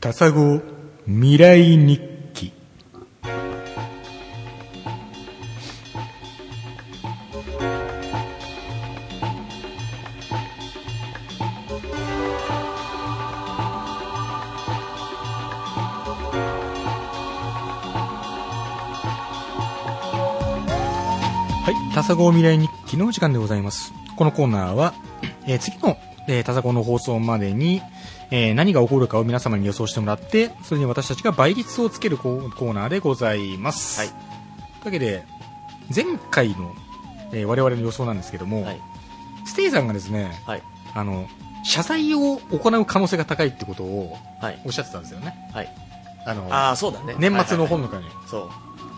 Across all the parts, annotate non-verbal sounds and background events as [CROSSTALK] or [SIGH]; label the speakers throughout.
Speaker 1: タサゴ未来日記はい、タサゴ未来日記の時間でございます。このコーナーは、えー次の、えータサゴの放送までに、えー何が起こるかを皆様に予想してもらって、それに私たちが倍率をつけるコーコーナーでございます。
Speaker 2: はい
Speaker 1: というわけで、前回の、えー我々の予想なんですけども、
Speaker 2: はい
Speaker 1: ステイさんがですね、
Speaker 2: はい
Speaker 1: あの、謝罪を行う可能性が高いってことを
Speaker 2: はい
Speaker 1: おっしゃってたんですよね。
Speaker 2: はい
Speaker 1: あの、
Speaker 2: ああそうだね
Speaker 1: 年末の
Speaker 2: はい
Speaker 1: 本
Speaker 2: はい
Speaker 1: の中に。
Speaker 2: はいそう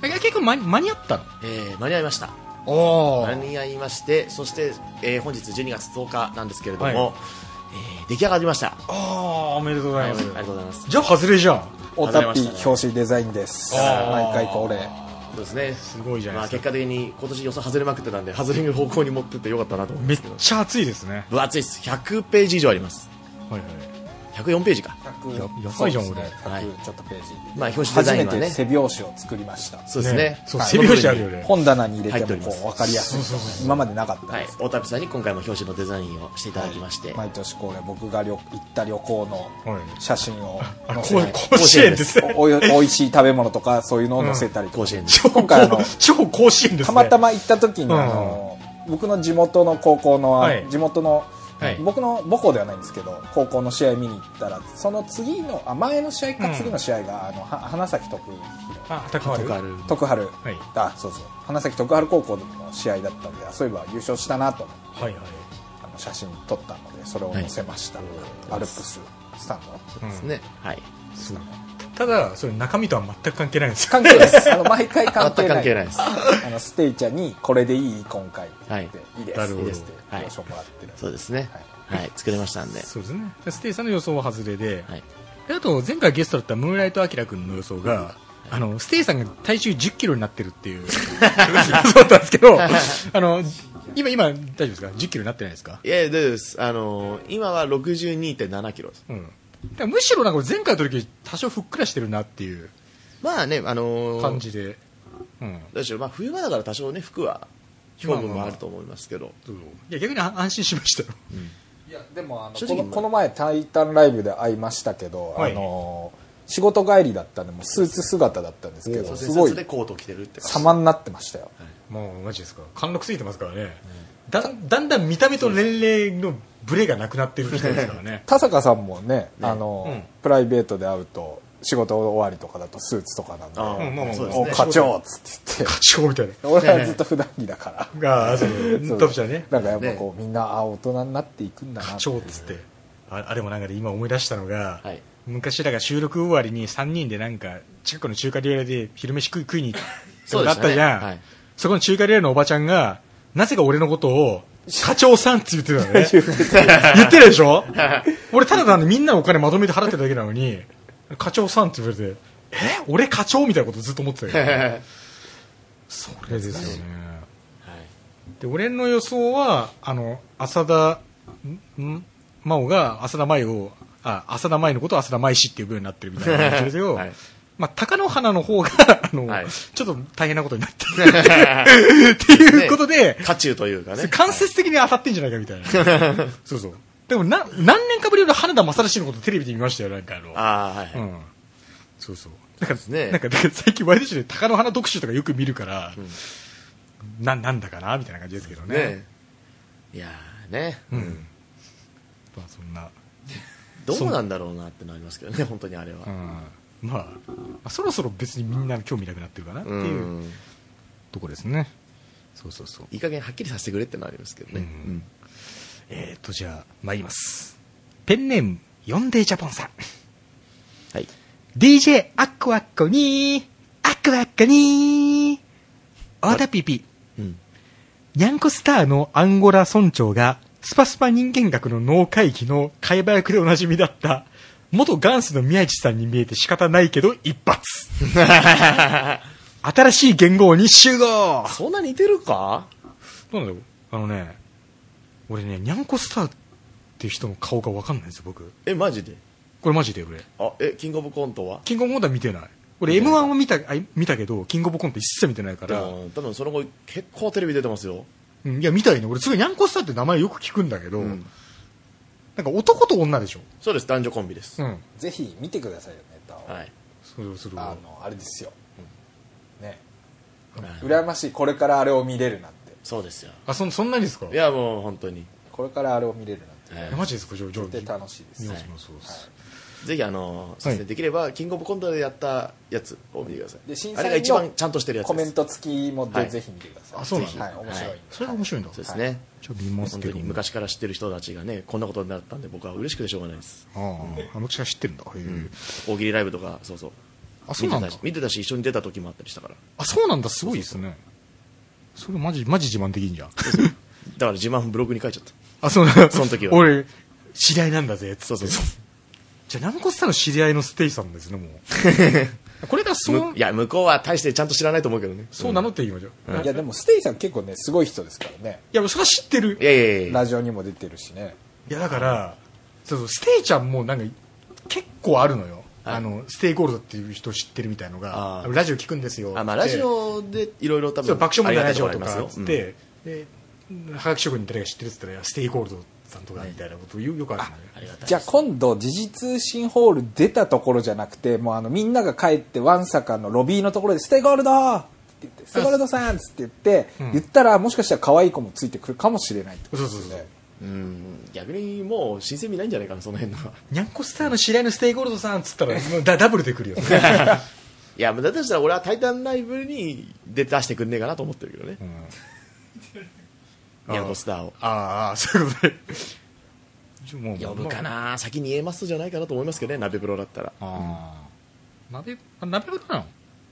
Speaker 1: え結構間に間に合ったの
Speaker 2: えー間に合いました
Speaker 1: お
Speaker 2: 間に合いましてそして、えー本日12月10日なんですけれども、
Speaker 1: はい
Speaker 2: えー出来上がりました
Speaker 1: ああおめでとうござ
Speaker 2: はいいあ
Speaker 1: ます
Speaker 2: りがとうございます
Speaker 1: じゃあ外れじゃん
Speaker 3: おたっぴ表紙デザインです。
Speaker 1: あー
Speaker 3: 毎回恒例。
Speaker 2: そうですね
Speaker 1: すごいじゃ
Speaker 2: ま
Speaker 1: な
Speaker 2: あ
Speaker 1: いで
Speaker 2: 結
Speaker 1: すか、
Speaker 2: 果的に今年予想外れまくってたんで外れる方向に持ってってよかったなと思い
Speaker 1: め
Speaker 2: ま
Speaker 1: っ
Speaker 2: すけど
Speaker 1: ちゃ熱いですね
Speaker 2: 分厚いです100ページ以上あります
Speaker 1: はいはい
Speaker 2: 104ページか
Speaker 3: 100
Speaker 1: ややばいじゃん
Speaker 3: そうですね
Speaker 2: 俺
Speaker 3: 100ちょっとページ。
Speaker 2: まあ表紙デ
Speaker 3: 初
Speaker 2: ザイ
Speaker 3: め
Speaker 2: ンは
Speaker 3: て
Speaker 2: ね
Speaker 3: 背表紙を作りました。
Speaker 2: そうですね
Speaker 1: そう
Speaker 3: はい
Speaker 1: 背拍子あるよね
Speaker 3: 本棚に入れて
Speaker 2: 入って
Speaker 3: も
Speaker 2: おります
Speaker 3: こう分かりやすい。今までなかった
Speaker 2: はい
Speaker 3: です。
Speaker 2: 大旅さんに今回も表紙のデザインをしていただきまして、
Speaker 3: 毎年恒例僕が旅行った旅行の
Speaker 1: はい
Speaker 3: 写真を
Speaker 1: あ
Speaker 3: 載
Speaker 1: こ
Speaker 3: せたり
Speaker 1: 甲子園ですね
Speaker 3: おいおいしい食べ物とかそういうのを載せたりとか。
Speaker 2: 甲子園です
Speaker 1: 超
Speaker 3: 今回あの
Speaker 1: 超甲子園ですね
Speaker 3: たまた
Speaker 1: ま
Speaker 3: ま行った時に、あの僕の地元の高校の、
Speaker 1: はい
Speaker 3: 地元の、
Speaker 1: はい
Speaker 3: 僕の母校ではないんですけど高校の試合見に行ったらその次のあ前の試合
Speaker 1: うん
Speaker 3: か次の試合が、あのは花咲徳
Speaker 1: あ高
Speaker 2: とかある
Speaker 3: 徳栄、
Speaker 1: い
Speaker 3: あそうそう花咲徳栄高校の試合だったんであそういえば優勝したなと思って
Speaker 1: はいはい
Speaker 3: あの写真撮ったのでそれを載せました、
Speaker 2: はい
Speaker 3: アルプススタンド
Speaker 2: ですね、はい
Speaker 3: そう
Speaker 1: ただそれ中身とは全く関係ないんです
Speaker 3: 関係ないですあの毎回関係
Speaker 2: 全く
Speaker 3: な
Speaker 2: 関
Speaker 3: い
Speaker 2: 係ないです
Speaker 3: あのステイちゃんにこれでいい今回って、
Speaker 2: はい
Speaker 3: い、いで
Speaker 1: な
Speaker 3: す
Speaker 1: るほ
Speaker 3: い
Speaker 1: ど
Speaker 3: いですって
Speaker 2: はい
Speaker 3: 了承もらってる
Speaker 2: そうですねはい、作れましたんで
Speaker 1: そうですねでステイさんの予想は外れで、
Speaker 2: はい
Speaker 1: であと前回ゲストだったムーンライトアキラ君の予想が、あのステイさんが体重1 0キロになってるっていうそうだったんですけどあの今今大丈夫ですか1 0キロになってないですか
Speaker 2: いやいや大丈夫ですあのー今は62.7キロです
Speaker 1: うん、だからむしろなんか俺前回の時多少ふっくらしてるなっていう
Speaker 2: まあねあのー
Speaker 1: 感じで、うん、
Speaker 2: どうしようまあ冬場だから多少ね服は着込むもあると思いますけど、
Speaker 1: そういや逆に安心しましたよ、
Speaker 3: いやでもあの
Speaker 2: 正
Speaker 3: こ
Speaker 2: 直
Speaker 3: のこの前「タイタンライブ」で会いましたけど、
Speaker 1: はい
Speaker 3: あの仕事帰りだったんでもうスーツ姿だったんですけ
Speaker 2: そう
Speaker 3: ど
Speaker 2: です
Speaker 3: す
Speaker 2: ね
Speaker 3: ご
Speaker 2: スーツで
Speaker 3: い
Speaker 2: コート着てるって感じ
Speaker 3: 様になってましたよ
Speaker 1: もうマジですか貫禄ついてますからね、だだんだん見た目と年齢のブレがなくなってる人ですからね
Speaker 3: 田坂さんもねあの、
Speaker 1: うん
Speaker 3: プライベートで会うと仕事終わりとかだとスーツとかなんで「
Speaker 2: あー
Speaker 1: うんまあまあ
Speaker 2: そうです
Speaker 3: お
Speaker 2: ね
Speaker 3: 課長」っつって
Speaker 1: [LAUGHS]
Speaker 3: 言って
Speaker 1: 課長みたいな
Speaker 3: 俺はずっと普段着だから
Speaker 1: があそうトップちゃんね
Speaker 3: なんかやっぱこうみんなあ大人になっていくんだな
Speaker 1: 課
Speaker 3: って
Speaker 1: 長っつってああれもなんかで今思い出したのが、
Speaker 2: はい
Speaker 1: 昔だから収録終わりに3人でなんか近くの中華料理屋で昼飯食い食いに行った
Speaker 2: そう
Speaker 1: のが
Speaker 2: で
Speaker 1: あ
Speaker 2: し
Speaker 1: った
Speaker 2: ね
Speaker 1: たじゃんそ,、
Speaker 2: はい
Speaker 1: この中華料理屋のおばちゃんがなぜか俺のことを課長さんって言ってたの
Speaker 2: [LAUGHS]
Speaker 1: ね言ってるでしょ俺ただなんでみんなのお金まとめて払ってるだけなのに課長さんって言われてえ俺課長みたいなことずっと思ってたよ
Speaker 2: [LAUGHS] はい
Speaker 1: それですよねで俺の予想はあの浅田んん真央が浅田舞をあ浅田舞のことを浅田舞氏って呼ぶようになってるみたいな感じですよ、
Speaker 2: はい
Speaker 1: まあ、貴乃花の方があの、
Speaker 2: はい
Speaker 1: ちょっと大変なことになってるっていうことで、
Speaker 2: 渦中というかね
Speaker 1: 間接的に当たってんじゃないかみたいなそうそうでもな何年かぶりの花田正氏のことテレビで見ましたよなんかあの
Speaker 2: ああはい、
Speaker 1: う
Speaker 2: はい
Speaker 1: んそうそう。だから、
Speaker 2: すね
Speaker 1: なんか、だから最近ワイドショーで鷹の花特集とかよく見るから、な、なんだかなみたいな感じですけどね。
Speaker 2: ねいやーね、
Speaker 1: うん。まあそんな、
Speaker 2: どうなんだろうなってのありますけどね本当にあれは、
Speaker 1: うん。まあ、まあそろそろ別にみんな興味なくなってるかなって
Speaker 2: う
Speaker 1: いうんとこですね。そうそうそう。
Speaker 2: いい加減はっきりさせてくれってのありますけどね、
Speaker 1: うんえっ、ー、と、じゃあ、参ります。ペンネーム、ヨンデージャポンさん。
Speaker 2: はい
Speaker 1: DJ アッコアッコにー、アッコアッコにー、オダピピ。
Speaker 2: うん
Speaker 1: ニャンコスターのアンゴラ村長が、スパスパ人間学の農会議の貝場役でおなじみだった、元ガンスの宮地さんに見えて仕方ないけど一発。新しい元号に集合
Speaker 2: そんな似てるか
Speaker 1: どうなんだろうあのね、俺ね、ニャンコスターっていう人の顔がわかんないんですよ、僕。
Speaker 2: えマジで
Speaker 1: これマジで俺。
Speaker 2: あえキングオブコントは
Speaker 1: キングオブコントは見てない。俺 M1 は見た、あ見たけど、キングオブコント一切見てないか
Speaker 2: で
Speaker 1: ら、
Speaker 2: も多分その後結構テレビ出てますよ
Speaker 1: うん、いや、見たいね。俺、すごいニャンコスターって名前よく聞くんだけど、
Speaker 2: ん
Speaker 1: なんか男と女でしょ。
Speaker 2: そうです男女コンビです、
Speaker 1: うん。
Speaker 3: ぜひ見てくださいよネタを、
Speaker 2: はい
Speaker 1: それをする
Speaker 3: あのあれですよ、ね
Speaker 2: はい
Speaker 3: 羨ましいこれからあれを見れるなんて
Speaker 2: そうですよ
Speaker 1: あ、そんそんなにですか
Speaker 2: いやもう本当に、
Speaker 3: これからあれを見れるなんて
Speaker 2: はい
Speaker 1: いやマジですか、じゃあ、じゃあ
Speaker 3: 絶対楽しいです
Speaker 1: 見
Speaker 3: よ、
Speaker 1: ま
Speaker 2: は
Speaker 1: す
Speaker 2: い
Speaker 1: 見ます見ます
Speaker 2: ぜひあのそうですね
Speaker 1: はい
Speaker 2: できればキングオブコントでやったやつを見てください
Speaker 3: で審
Speaker 2: あ
Speaker 3: 査
Speaker 2: れ
Speaker 3: 員
Speaker 2: が
Speaker 3: の
Speaker 2: 一番ちゃんとしてるやつ
Speaker 3: コ
Speaker 2: で
Speaker 3: メ
Speaker 2: す
Speaker 3: ント付きも
Speaker 2: は
Speaker 3: で
Speaker 2: い
Speaker 3: ぜひ見てください
Speaker 1: あそうなんだ
Speaker 3: ぜひはい面白いんで
Speaker 1: それが面白いんだ。
Speaker 2: そうですね、
Speaker 1: じゃあ見ます
Speaker 2: 本
Speaker 1: け
Speaker 2: 当
Speaker 1: ど
Speaker 2: に
Speaker 1: も。
Speaker 2: 昔から知ってる人たちがねこんなことになったんで僕は嬉しくてしょうがないです
Speaker 1: ああ、あの記者知ってるんだ。へえ
Speaker 2: 大喜利ライブとかそうそう
Speaker 1: あ、そうなんだ
Speaker 2: 見て。たし見てたし一緒に出た時もあったりしたから
Speaker 1: あ、そうなんだ。すごいですね。それマジ、マジ自慢できん
Speaker 2: [LAUGHS]
Speaker 1: じゃん。
Speaker 2: だから自慢ブログに書いちゃった
Speaker 1: あ、そうなんだ。
Speaker 2: その時は
Speaker 1: 俺、知り合いなんだぜ、つって
Speaker 2: そうそうそう
Speaker 1: じゃあ、ナムコスターの知り合いのステイさんですね、も
Speaker 2: [LAUGHS]
Speaker 1: う。これがそう
Speaker 2: むい、や向こうは大してちゃんと知らないと思うけどね
Speaker 1: そうなのって言いましょう。
Speaker 3: いやでもステイさん結構ねすごい人ですからね
Speaker 1: いや、それは知ってる
Speaker 2: い。やいやいや
Speaker 3: ラジオにも出てるしね
Speaker 1: いやだから、そうそうステイちゃんもなんか結構あるのよ、
Speaker 2: はい
Speaker 1: あのステイゴールドっていう人知ってるみたいのが
Speaker 2: あー
Speaker 1: ラジオ聞くんですよ
Speaker 2: あまあ
Speaker 1: つっ
Speaker 2: ラ
Speaker 1: て
Speaker 2: ジオでいろいろ多
Speaker 1: そ
Speaker 2: 分
Speaker 1: う爆笑問題ラジオ
Speaker 2: あり
Speaker 1: と
Speaker 2: がたい
Speaker 1: か
Speaker 2: こ
Speaker 1: っつ
Speaker 2: ありますよ
Speaker 1: って、でハガキ職人誰が知ってるっつったらステイゴールドさんとかみたいなことを言うよくあるのよ、
Speaker 2: うんありがたい
Speaker 3: じゃあ今度時事通信ホール出たところじゃなくてもうあのみんなが帰ってワンサカのロビーのところで「ステイゴールド!」って言って「ステイゴールドさん!」っつって言って、
Speaker 1: うん
Speaker 3: 言ったらもしかしたら可愛い子もついてくるかもしれないってこと
Speaker 1: そう
Speaker 3: で
Speaker 1: そう
Speaker 3: す
Speaker 1: そう
Speaker 3: ね
Speaker 2: うん逆にもう新鮮味ないんじゃないかなその辺 [LAUGHS] のは
Speaker 1: にゃんこスターの知り合いのステイゴールドさんっつった
Speaker 2: [LAUGHS]
Speaker 1: らもうダダブルでくるよ、ね、
Speaker 2: いやだとしたら俺は「タイタンライブ」に出出してくんねえかなと思ってるけどね
Speaker 1: うん
Speaker 2: ニャンコスターを
Speaker 1: あーあーそういうことでじゃあもう
Speaker 2: 呼ぶか
Speaker 1: ま
Speaker 2: な先に言えますじゃないかなと思いますけどね鍋プロだったら
Speaker 1: ああー鍋あ鍋風呂なの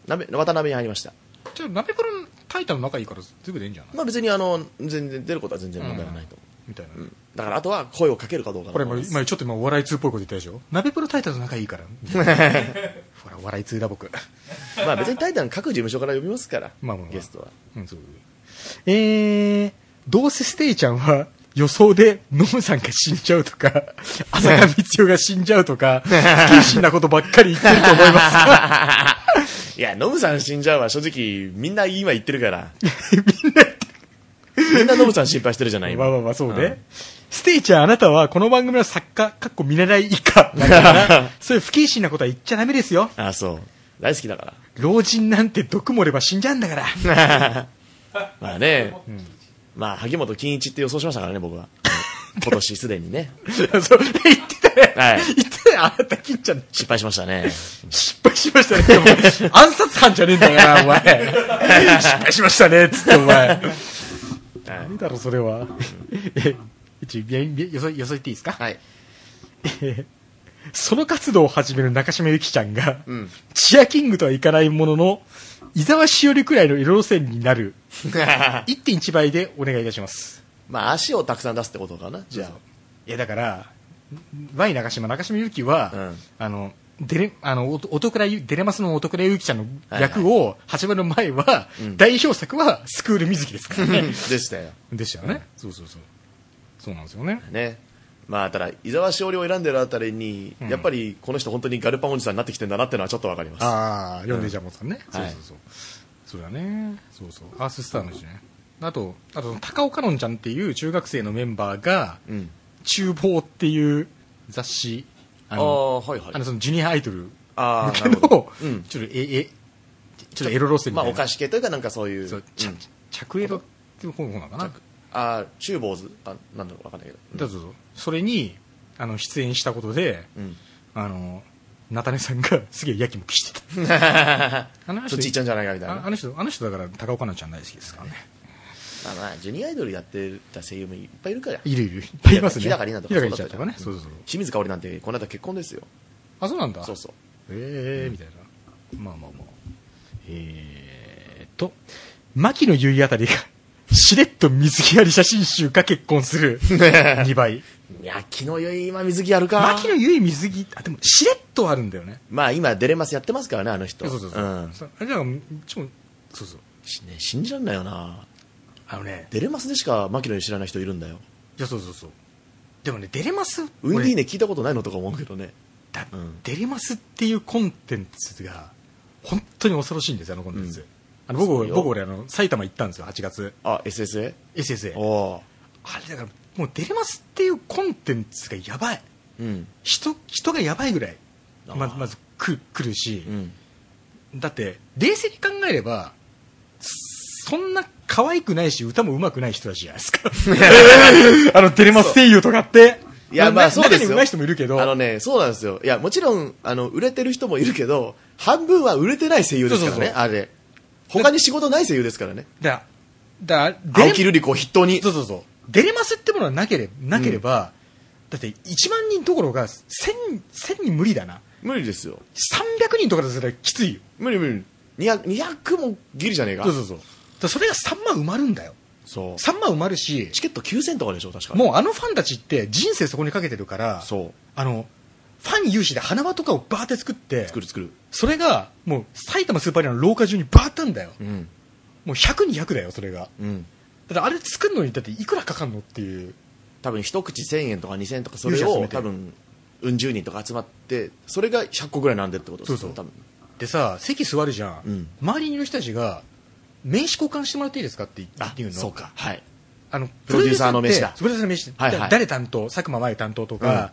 Speaker 2: 鍋渡辺に入りました
Speaker 1: じゃあ鍋風呂のタイタンの仲いいからすぐでいいんじゃない
Speaker 2: まあ別にあの全然出ることは全然問題はないと思
Speaker 1: みたいな、
Speaker 2: う、うんだからあとは声をかけるかどうかだ
Speaker 1: ことれ
Speaker 2: 思
Speaker 1: も
Speaker 2: います
Speaker 1: 今ちょっと今お笑い通っぽいこと言ったでしょ鍋プロタイタンと仲いい [LAUGHS] からほらお笑い通だ僕
Speaker 2: まあ別にタイタン各事務所から呼びますから、
Speaker 1: まあまあまあ
Speaker 2: ゲストは
Speaker 1: うんそうえー、どうせステイちゃんは予想でノムさんが死んじゃうと [LAUGHS] か浅香光代が死んじゃうとか不謹慎なことばっかり言ってる [LAUGHS] と思いますが
Speaker 2: [LAUGHS] いやノブさん死んじゃうは正直みんな今言ってるから
Speaker 1: [LAUGHS]
Speaker 2: みんなノブさん心配してるじゃない今
Speaker 1: まあまあまあそうね、ステイちゃんあなたはこの番組の作家かっこ見習い以下だ [LAUGHS] からそういう不謹慎なことは言っちゃダメですよ
Speaker 2: あそう大好きだか
Speaker 1: 老人なんて毒盛れば死んじゃうんだから
Speaker 2: らまあね、まあ萩本欽一って予想しましたからね僕は今年すでにね
Speaker 1: [LAUGHS] そう、言ってたね。
Speaker 2: はい
Speaker 1: 言ってたね。あなた、金ちゃん、
Speaker 2: 失敗しましたね
Speaker 1: 失敗しましたね。 [LAUGHS] お前暗殺犯じゃねえんだから、 [LAUGHS] お前。失敗しましたね、つって、お前。なんだろ、それは。え、一応、よよそ、よそいっていいですか、
Speaker 2: はい
Speaker 1: その活動を始める中島ゆきちゃんが、
Speaker 2: ん
Speaker 1: チアキングとはいかないものの、伊沢しおりくらいの色路線になる、1.1倍でお願いいたします。
Speaker 2: [LAUGHS] まあ足をたくさん出すってことかなじゃ
Speaker 1: いやだから、Y 中島、中島ゆきは、
Speaker 2: うん
Speaker 1: あの、デレ、あの、おおとくらゆ、デレマスのおとくらゆきちゃんの役を始める前は、代表作はスクール水木です
Speaker 2: [LAUGHS]
Speaker 1: から
Speaker 2: あ、
Speaker 1: ね。
Speaker 2: [LAUGHS] でしたよ
Speaker 1: でしたよね。そうそうそう。そうなんですよね。
Speaker 2: ねまあただ伊沢しおりを選んでるあたりに、やっぱりこの人本当にガルパンおじさんになってきてんだなってのはちょっとわかります
Speaker 1: ああ、読んでジャモンさんね。そう
Speaker 2: はい
Speaker 1: そうそう。そうだね。そうそう。アーススターの人ね。あと、あと、高岡のんちゃんっていう中学生のメンバーが、
Speaker 2: うん
Speaker 1: 厨房っていう雑誌、あ
Speaker 2: あ
Speaker 1: の、
Speaker 2: あはいはい
Speaker 1: あのそのジュニアアイドル
Speaker 2: あ
Speaker 1: 向
Speaker 2: ー
Speaker 1: け
Speaker 2: な
Speaker 1: の
Speaker 2: るほど、うん
Speaker 1: ちょっとええちょっとエロ路線み
Speaker 2: ま
Speaker 1: た
Speaker 2: あ
Speaker 1: いな、
Speaker 2: お菓子系というかなんかそういう
Speaker 1: そうちゃ
Speaker 2: うん
Speaker 1: 着エロっていう方法なのかな
Speaker 2: あーチューボーズあなんだろうわかんないけど
Speaker 1: だぞそれにあの出演したことで [LAUGHS]
Speaker 2: うん
Speaker 1: あの菜種さんが [LAUGHS] すげえやきもきしてたあの人
Speaker 2: そっち行っちゃうんじゃないかみたいな
Speaker 1: ああの人あの人だから高岡奈ちゃん大好きですからね
Speaker 2: まあまあジュニアアイドルやってた声優もいっぱいいるから
Speaker 1: いるいるいっぱいいますね
Speaker 2: 日高里奈と
Speaker 1: 日
Speaker 2: か
Speaker 1: 高里奈ちゃんとかね
Speaker 2: そ
Speaker 1: そうう
Speaker 2: だ
Speaker 1: そ
Speaker 2: っ
Speaker 1: う
Speaker 2: た
Speaker 1: そう
Speaker 2: よ清水香織なんてこの間結婚ですよ
Speaker 1: あそうなんだ
Speaker 2: そうそう
Speaker 1: ええみたいな。まあまあまあ。えーと、牧野結衣あたりが、 [LAUGHS] しれっと水着あり写真集か結婚する2倍。
Speaker 2: いや昨日より今水着やるか
Speaker 1: 牧野結衣水着、あ、でもしれっとあるんだよね。
Speaker 2: まあ今デレマスやってますからねあの人
Speaker 1: そうそうそう。
Speaker 2: ん
Speaker 1: そうあれだから、ちょ、そうそう。
Speaker 2: しね信じらんないよな
Speaker 1: あのね、
Speaker 2: デレマスでしか牧野に知らない人いるんだよ
Speaker 1: いやそうそうそう。でもね、デレマス、
Speaker 2: ウンディー
Speaker 1: ね。
Speaker 2: ネ聞いたことないのとか思うけどね
Speaker 1: だ
Speaker 2: うん
Speaker 1: デリマスっていうコンテンツが本当に恐ろしいんですよあのコンテンツ、
Speaker 2: うん
Speaker 1: あの僕
Speaker 2: そうよ
Speaker 1: 僕俺あの埼玉行ったんですよ8月
Speaker 2: あ SSA?
Speaker 1: SSA
Speaker 2: おー
Speaker 1: あれだからもうデリマスっていうコンテンツがやばい
Speaker 2: うん
Speaker 1: 人人がやばいぐらい
Speaker 2: あー
Speaker 1: ままずく来るし
Speaker 2: う、ん
Speaker 1: だって冷静に考えればそんな可愛くないし歌も上手くない人たちじゃないですか [LAUGHS] あのテレマス声優とかって
Speaker 2: いや、
Speaker 1: な
Speaker 2: まあそうです
Speaker 1: 中に
Speaker 2: よ。
Speaker 1: 上手い人もいるけど
Speaker 2: あのね、そうなんですよ。いや、もちろん、あの、売れてる人もいるけど、半分は売れてない声優ですからね、
Speaker 1: そうそうそう
Speaker 2: あれ。他に仕事ない声優ですからね。
Speaker 1: だだ
Speaker 2: 青木瑠璃子を筆頭に
Speaker 1: そ。うそうそうデレマスってものはなければなければ、だって1万人どころが 1000, 1000人無理だな
Speaker 2: 無理ですよ。
Speaker 1: 300人とかだったらきついよ
Speaker 2: 無理無理。200, 200もギリじゃねえか。
Speaker 1: そうそうそうだからそれが3万埋まるんだよ
Speaker 2: そう
Speaker 1: 3万埋まるし
Speaker 2: チケット9000とかでしょ、確か。
Speaker 1: もうあのファンたちって人生そこにかけてるから
Speaker 2: そう。
Speaker 1: あのファン有志で花輪とかをバーって作って
Speaker 2: 作る作る。
Speaker 1: それがもう埼玉スーパーアリーナの廊下中にバーったんだよ
Speaker 2: うん。
Speaker 1: もう100200だよそれが
Speaker 2: うん。
Speaker 1: だってあれ作るのにだっていくらかかんのっていう
Speaker 2: 多分一口1000円とか2000円とか、それ
Speaker 1: 勇者集
Speaker 2: を
Speaker 1: めて
Speaker 2: 多分、うん十人とか集まって、それが100個ぐらいなんでってことですよ
Speaker 1: そうそう
Speaker 2: 多分。
Speaker 1: でさ席座るじゃん、
Speaker 2: うん
Speaker 1: 周りにいる人たちが名刺交換してもらっていいですかって言って言うの
Speaker 2: そうか。はい。
Speaker 1: あの
Speaker 2: プロデューサーの名刺だ
Speaker 1: プロデューサーの名刺、
Speaker 2: はいはい
Speaker 1: 誰担当佐久間真由担当とか、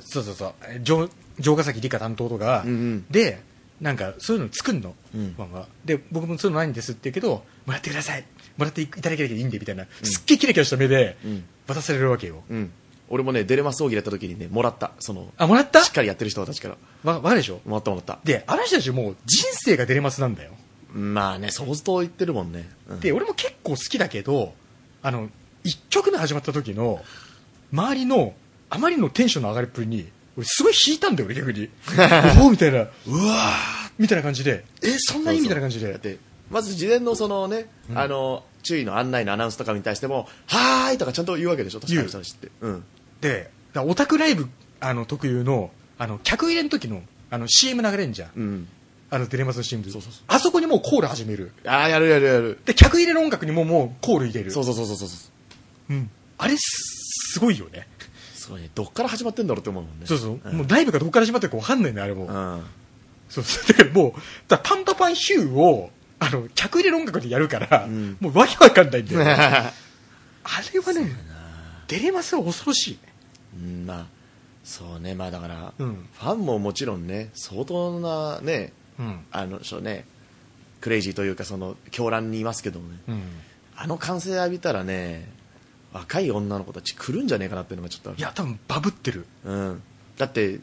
Speaker 1: そうそうそうえ城城ヶ崎理香担当とか、
Speaker 2: うんうん
Speaker 1: でなんかそういうの作るの、
Speaker 2: うん
Speaker 1: ファンはで僕もそういうのないんですって言うけどもらってくださいもらっていただければいいんでみたいな、すっげえキラキラした目で
Speaker 2: うん
Speaker 1: 渡されるわけよ、
Speaker 2: うん。俺もね、デレマス奥義やった時にね、もらった。その、
Speaker 1: あもらった
Speaker 2: しっかりやってる人たちから。
Speaker 1: わわかるでしょ
Speaker 2: もらったもらった。
Speaker 1: であの人たちもう人生がデレマスなんだよ、
Speaker 2: まあね、相当言ってるもんね。うん
Speaker 1: で俺も結構好きだけどあの1曲目始まった時の周りのあまりのテンションの上がりっぷりに俺すごい引いたんだよ俺
Speaker 2: [LAUGHS]
Speaker 1: 逆におおみたいなうわーみたいな感じでえそんなにみたいな感じ
Speaker 2: だっ
Speaker 1: で
Speaker 2: て、まず事前のそのね、あの、注意の案内のアナウンスとかに対しても、はーいとかちゃんと言うわけでしょ、確か
Speaker 1: 言う
Speaker 2: にその人たちって。うん。
Speaker 1: でだからオタクライブあの特有のあの客入れの時のあの CM 流れんじゃん、
Speaker 2: うん。
Speaker 1: あのデレマスの CM で
Speaker 2: そうそうそう
Speaker 1: あそこにもうコール始める
Speaker 2: ああ、やるやるやる。
Speaker 1: で客入れの音楽にももうコール入れる
Speaker 2: そうそうそうそうそう。
Speaker 1: うん、あれすすごいよね
Speaker 2: すごいね。どっから始まってんだろうって思うもんね。
Speaker 1: そうそう、
Speaker 2: ん
Speaker 1: もうライブがどこから始まってるか分かんないねあれも、
Speaker 2: うん。 [LAUGHS]
Speaker 1: そうそうだからもうだからパンパパンヒューをあの客入れの音楽でやるから、
Speaker 2: ん
Speaker 1: もうわけわかんないんだよあれはねデレマスは恐ろしいね
Speaker 2: うんまあそうねまあだから、
Speaker 1: うん
Speaker 2: ファンももちろんね相当なね
Speaker 1: うん、
Speaker 2: あのそうねクレイジーというかその狂乱にいますけどもね、
Speaker 1: うん、
Speaker 2: あの歓声浴びたらね若い女の子たち来るんじゃねえかなっていうのがちょっとある
Speaker 1: いや多分バブってる
Speaker 2: うん、だって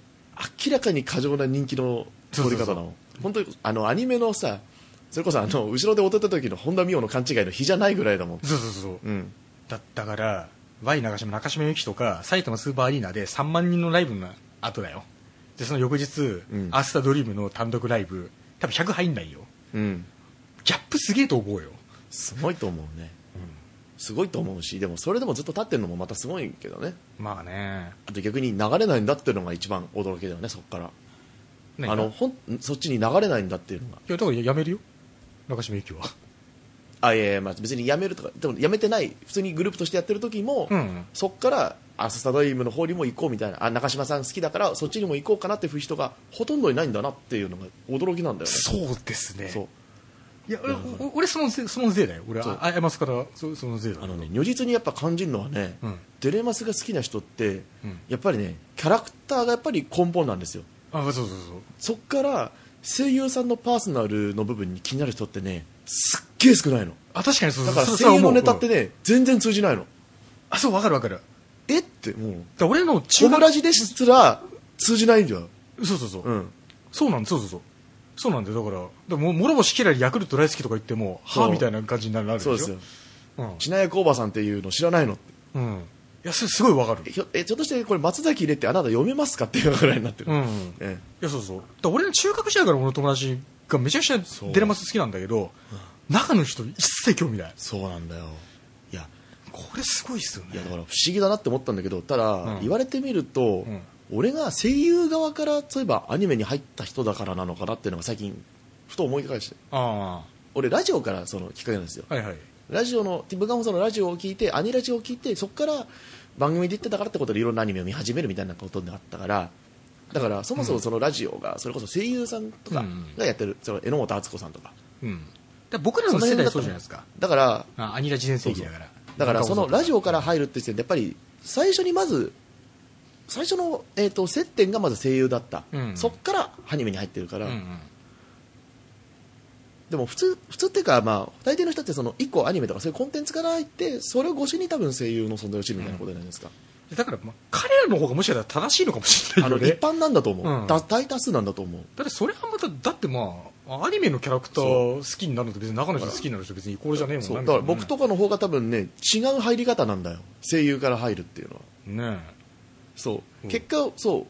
Speaker 2: 明らかに過剰な人気の取り方なの本当にあのアニメのさそれこそあの後ろで踊ってた時の本田美桜の勘違いの日じゃないぐらいだもん、
Speaker 1: そうそうそう
Speaker 2: うん、
Speaker 1: だだから Y 長島中島由紀とか埼玉スーパーアリーナで3万人のライブの後だよでその翌日、
Speaker 2: うん
Speaker 1: アースタードリームの単独ライブ多分100入んないよ
Speaker 2: うん、
Speaker 1: ギャップすげえと思うよ
Speaker 2: すごいと思うね、すごいと思うしでもそれでもずっと立ってるのもまたすごいけどね
Speaker 1: まあね
Speaker 2: あと逆に流れないんだっていうのが一番驚きだよねそこからあ
Speaker 1: い
Speaker 2: のほんそっちに流れないんだっていうのが
Speaker 1: やだからやめるよ中島由紀は
Speaker 2: あいやいや、まあ、別にやめるとかでもやめてない普通にグループとしてやってる時も、
Speaker 1: うん
Speaker 2: そっからアスタドリームの方にも行こうみたいなあ中島さん好きだからそっちにも行こうかなっていう人がほとんどいないんだなっていうのが驚きなんだよね
Speaker 1: そうですね
Speaker 2: そう
Speaker 1: いや、俺お俺そのせいそのせいだよ俺
Speaker 2: そう
Speaker 1: あ謝ますからそそのせいだ
Speaker 2: あのね如実にやっぱ感じるのはね、
Speaker 1: うん
Speaker 2: デレマスが好きな人って、
Speaker 1: うん
Speaker 2: やっぱりねキャラクターがやっぱり根本なんですよ
Speaker 1: あそうそうそう
Speaker 2: そっから声優さんのパーソナルの部分に気になる人ってねすっげえ少ないの
Speaker 1: あ確かにそう
Speaker 2: だから
Speaker 1: そうそう
Speaker 2: 声優
Speaker 1: 思
Speaker 2: の
Speaker 1: う
Speaker 2: ネタって
Speaker 1: うん
Speaker 2: ね、全然通じないの
Speaker 1: あそうわかるわかるだか
Speaker 2: えってもう
Speaker 1: ら俺の中
Speaker 2: 小
Speaker 1: 学
Speaker 2: 村寺ですら通じないんだよ、
Speaker 1: そうそうそう、
Speaker 2: うん、
Speaker 1: そうなんだそうそうそうそうなんだよだからでも諸星キラリヤクルト大好きとか言っても
Speaker 2: そう
Speaker 1: はあみたいな感じになるでし
Speaker 2: そう
Speaker 1: ょ
Speaker 2: ですよ
Speaker 1: うん
Speaker 2: ちなやこおばさんっていうの知らないのって
Speaker 1: うん、いやそれすごいわか
Speaker 2: え
Speaker 1: る
Speaker 2: ひょえちょっとしてこれ松崎入れってあなた読めますかっていうぐらいになってる、
Speaker 1: うんい
Speaker 2: え
Speaker 1: やそうそうだから俺の中学時代から俺の友達がめちゃくちゃ
Speaker 2: う
Speaker 1: デレマス好きなんだけど中の人一切興味ない
Speaker 2: そうなんだよいや
Speaker 1: これすごいっすよ
Speaker 2: い
Speaker 1: ね
Speaker 2: やだから不思議だなって思ったんだけどただ、
Speaker 1: うん
Speaker 2: 言われてみると、
Speaker 1: うん
Speaker 2: 俺が声優側からそういえばアニメに入った人だからなのかなっていうのが最近ふと思い返して
Speaker 1: あ
Speaker 2: 俺ラジオからそのきっかけなんですよ
Speaker 1: あはいはい
Speaker 2: ラジオのティム・ガンホさんのラジオを聞いてアニラジオを聞いてそこから番組で言ってたからってことでいろんなアニメを見始めるみたいなことになったからだからそもそもそのラジオがそれこそ声優さんとかがやってる、その榎本敦子さんとか
Speaker 1: うん。だから僕らの世代そうじゃないですか。
Speaker 2: だから
Speaker 1: あアニラ自伝世紀だから。
Speaker 2: だからそのラジ
Speaker 1: オ。
Speaker 2: オから入るって時点でやっぱり最初にまず最初の、えー、と接点がまず声優だった、
Speaker 1: うん
Speaker 2: そっからアニメに入ってるから、
Speaker 1: うんうん。
Speaker 2: でも普通普通っていうか、まあ、大抵の人ってその1個アニメとかそういうコンテンツから入ってそれを越しに多分声優の存在を知るみたいなことじゃないですか、
Speaker 1: だから、まあ、彼らの方がもしかしたら正しいのかもしれな
Speaker 2: あ
Speaker 1: い
Speaker 2: の
Speaker 1: よ
Speaker 2: 一
Speaker 1: ね。
Speaker 2: 般なんだと思う、
Speaker 1: うん
Speaker 2: だ大多数なんだと思う
Speaker 1: だってそれはまた、だってまあ、アニメのキャラクター好きになるのと別に中の人好きになる人別にイコールじゃねえもん
Speaker 2: そう
Speaker 1: なみた
Speaker 2: だか
Speaker 1: い
Speaker 2: ら
Speaker 1: な
Speaker 2: 僕とかの方が多分ね違う入り方なんだよ声優から入るっていうのは
Speaker 1: ね
Speaker 2: そううん結果そう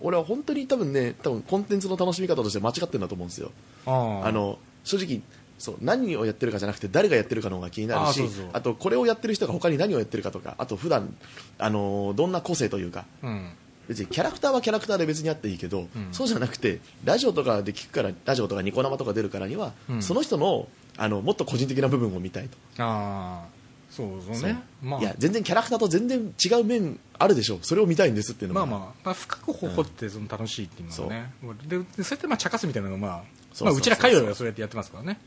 Speaker 2: 俺は本当に多分ね多分コンテンツの楽しみ方として間違ってるんだと思うんですよ
Speaker 1: ああ
Speaker 2: あの正直そう何をやってるかじゃなくて誰がやってるかの方が気になるし
Speaker 1: あ
Speaker 2: あ
Speaker 1: そうそう
Speaker 2: とこれをやってる人が他に何をやってるかとかあと普段あのーどんな個性というか
Speaker 1: うん
Speaker 2: 別にキャラクターはキャラクターで別にあっていいけど、
Speaker 1: うん
Speaker 2: そうじゃなくてラジオとかで聞くからラジオとかニコ生とか出るからには、
Speaker 1: うん
Speaker 2: その人のあのもっと個人的な部分を見たいと、
Speaker 1: ああそうそうねまあ
Speaker 2: いや全然キャラクターと全然違う面あるでしょそれを見たいんですっていうの
Speaker 1: まあ
Speaker 2: も、
Speaker 1: まあ、まあ、深く誇ってその楽しいっていうのはね、ででそうやってまあ茶化すみたいなのが、まあ、
Speaker 2: そうそうそうそう
Speaker 1: まあうちら界隈はそうやってやってますからね、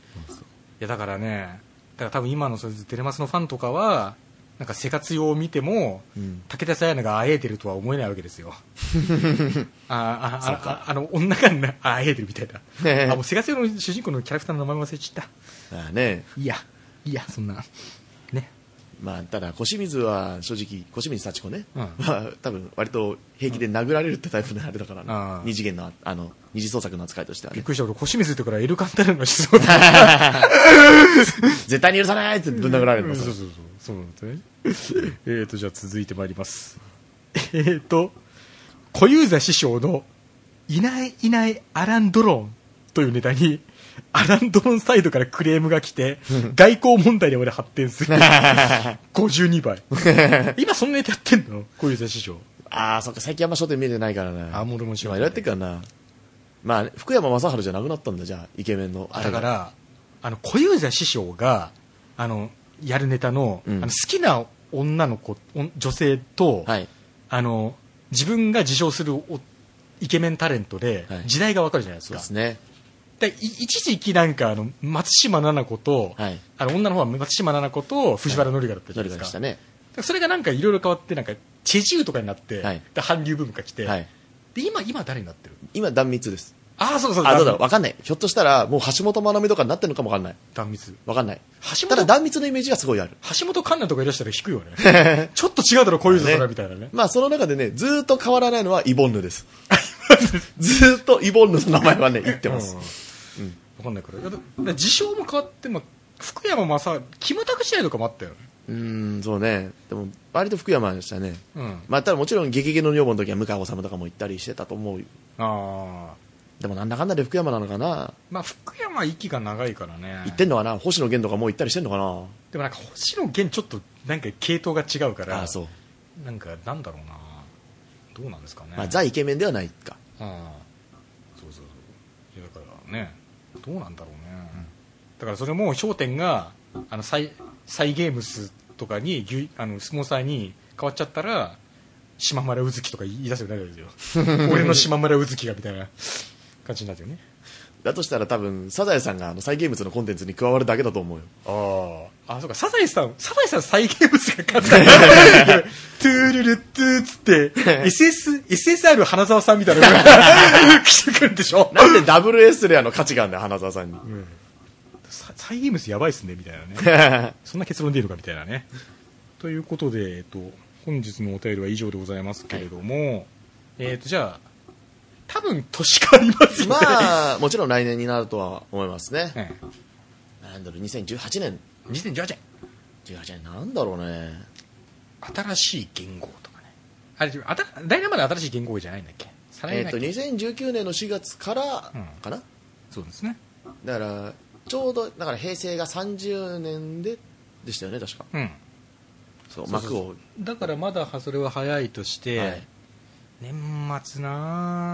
Speaker 1: いやだからね、だから多分今のそういうテレマスのファンとかは、なんか生活用を見ても、
Speaker 2: うん
Speaker 1: 武田さやながあえいでるとは思えないわけです
Speaker 2: [LAUGHS]
Speaker 1: よ、ああ
Speaker 2: そう
Speaker 1: あ
Speaker 2: か
Speaker 1: ああの女がなあえいでるみたい
Speaker 2: ねえ
Speaker 1: な、あもう生活用の主人公のキャラクターの名前忘れちゃっ
Speaker 2: ああね
Speaker 1: た、いや、いや、そんな、ね、
Speaker 2: まあ、ただ、小清水は正直、小清水幸子ね、
Speaker 1: うん
Speaker 2: まあ、多分割と平気で殴られるってタイプのあれだからね
Speaker 1: ああ
Speaker 2: 二次元のあの二次創作の扱いとしては
Speaker 1: びっ
Speaker 2: ね、
Speaker 1: くりした、俺、星水ってからエルカンタルの思想だ
Speaker 2: 絶対に許さないってぶん殴られる
Speaker 1: う
Speaker 2: の
Speaker 1: んそう
Speaker 2: さ、
Speaker 1: そうそうそうなんです [LAUGHS] ねえーとじゃあ続いてまいりますえーと小遊三師匠の「いないいないアラン・ドロン」というネタにアラン・ドロンサイドからクレームが来て外交問題にまで発展す [LAUGHS] る52倍 [LAUGHS] 今そんなネタやってんの小遊三師匠
Speaker 2: ああ、そっか、最近あんま焦点見えてないからな、
Speaker 1: あもろもちろ
Speaker 2: 今いろいろやってっからな、まあ、福山雅治じゃなくなったんだ、じゃあ、イケメンの、
Speaker 1: だから、あの、小遊三師匠が、あの、やるネタの、
Speaker 2: うん
Speaker 1: あの好きな女の子、お女性と、
Speaker 2: はい
Speaker 1: あの、自分が自称するおイケメンタレントで
Speaker 2: は、い
Speaker 1: 時代がわかるじゃないです
Speaker 2: そう
Speaker 1: か。
Speaker 2: ですね、
Speaker 1: でい一時期なんか、あの、松島菜々子と、
Speaker 2: はい、
Speaker 1: あの、女の方は松島菜々子と藤原紀香だったじ
Speaker 2: ノ
Speaker 1: ゃない
Speaker 2: リが
Speaker 1: で
Speaker 2: ですし
Speaker 1: か。
Speaker 2: たね、
Speaker 1: でそれがなんかいろいろ変わって、なんか、チェジューとかになって、
Speaker 2: はい
Speaker 1: で韓流ブームが来て、
Speaker 2: はい、
Speaker 1: で、今、今誰になってる
Speaker 2: 今、断密です、
Speaker 1: ああ、そうそう
Speaker 2: あどうだろう、わかんない、ひょっとしたら、もう橋本まなみとかになってるのかもわかんない、
Speaker 1: 断密。
Speaker 2: わかんない、
Speaker 1: 橋
Speaker 2: ただ、
Speaker 1: 本
Speaker 2: 断密のイメージがすごいある。
Speaker 1: 橋本環奈とかいらしたら引くよ
Speaker 2: [LAUGHS]
Speaker 1: ね。ちょっと違うだろ、こういう空みたいなね。
Speaker 2: まあ、その中でね、ずーっと変わらないのはイボンヌです。ずーっとイボンヌの名前は [LAUGHS] ね、言ってます。
Speaker 1: うん。わかんないから。いやだだから事象も変わって、まあ、福山雅治、キムタク時代とかもあったよね。
Speaker 2: うーん、そうね。でも、割と福山でしたね。
Speaker 1: うん。
Speaker 2: まあ、ただもちろん、ゲゲゲの女房の時は向川治とかも行ったりしてたと思うよ。
Speaker 1: ああ。
Speaker 2: でも、なんだかんだで福山なのかな
Speaker 1: まあ、福山は息が長いからね。
Speaker 2: 行ってんのかな星野源とかもう行ったりしてんのかな
Speaker 1: でもなんか、星野源ちょっと、なんか系統が違うから、
Speaker 2: ああ、そう。
Speaker 1: なんか、なんだろうな。どうなんですかね。
Speaker 2: まあ、ザ・イケメンではないか。
Speaker 1: ああそうそうそういやだからねどうなんだろうね、だからそれも焦点があのサイサイ・ゲームスとかに牛あのスポンサーに変わっちゃったら島村うずきとか言い出せるようになるわけです
Speaker 2: [LAUGHS]
Speaker 1: よ俺の島村うずきがみたいな感じになるよね
Speaker 2: だとしたら多分、サザエさんがあの、サイ・ゲームズのコンテンツに加わるだけだと思うよ。
Speaker 1: ああそうかサザエさんサザエさんサイ・ゲームスが [LAUGHS] 勝ったトゥールルットゥーっつって SS SSR 花澤さんみたいな [LAUGHS] のが来てくるんでしょ
Speaker 2: なんでダブルエスレアの価値があるんだよ、花澤さんに。
Speaker 1: ササイ・ゲームスやばいっすねみたいなねそんな結論でいいのかみたいなね。ということで、えっと、本日のお便りは以上でございますけれども、えっと、じゃあ、多分年変わりますよね。
Speaker 2: まあ、もちろん来年になるとは思いますね。
Speaker 1: え
Speaker 2: なんだろう、2018年。
Speaker 1: え2018年、
Speaker 2: 18年、なんだろうね。
Speaker 1: 新しい言語とかね。あれ、あた来年まで新しい言語じゃないんだっけ再
Speaker 2: え
Speaker 1: 来
Speaker 2: っ
Speaker 1: 年
Speaker 2: と、
Speaker 1: だっけ
Speaker 2: 2019年の4月から
Speaker 1: うん
Speaker 2: かな、
Speaker 1: そうですね。
Speaker 2: だから、ちょうど、だから平成が30年で、でしたよね、確か。
Speaker 1: うん。
Speaker 2: そう、
Speaker 1: そうそう
Speaker 2: 幕
Speaker 1: そう
Speaker 2: を。
Speaker 1: だからまだはそれは早いとして、
Speaker 2: はい
Speaker 1: 年末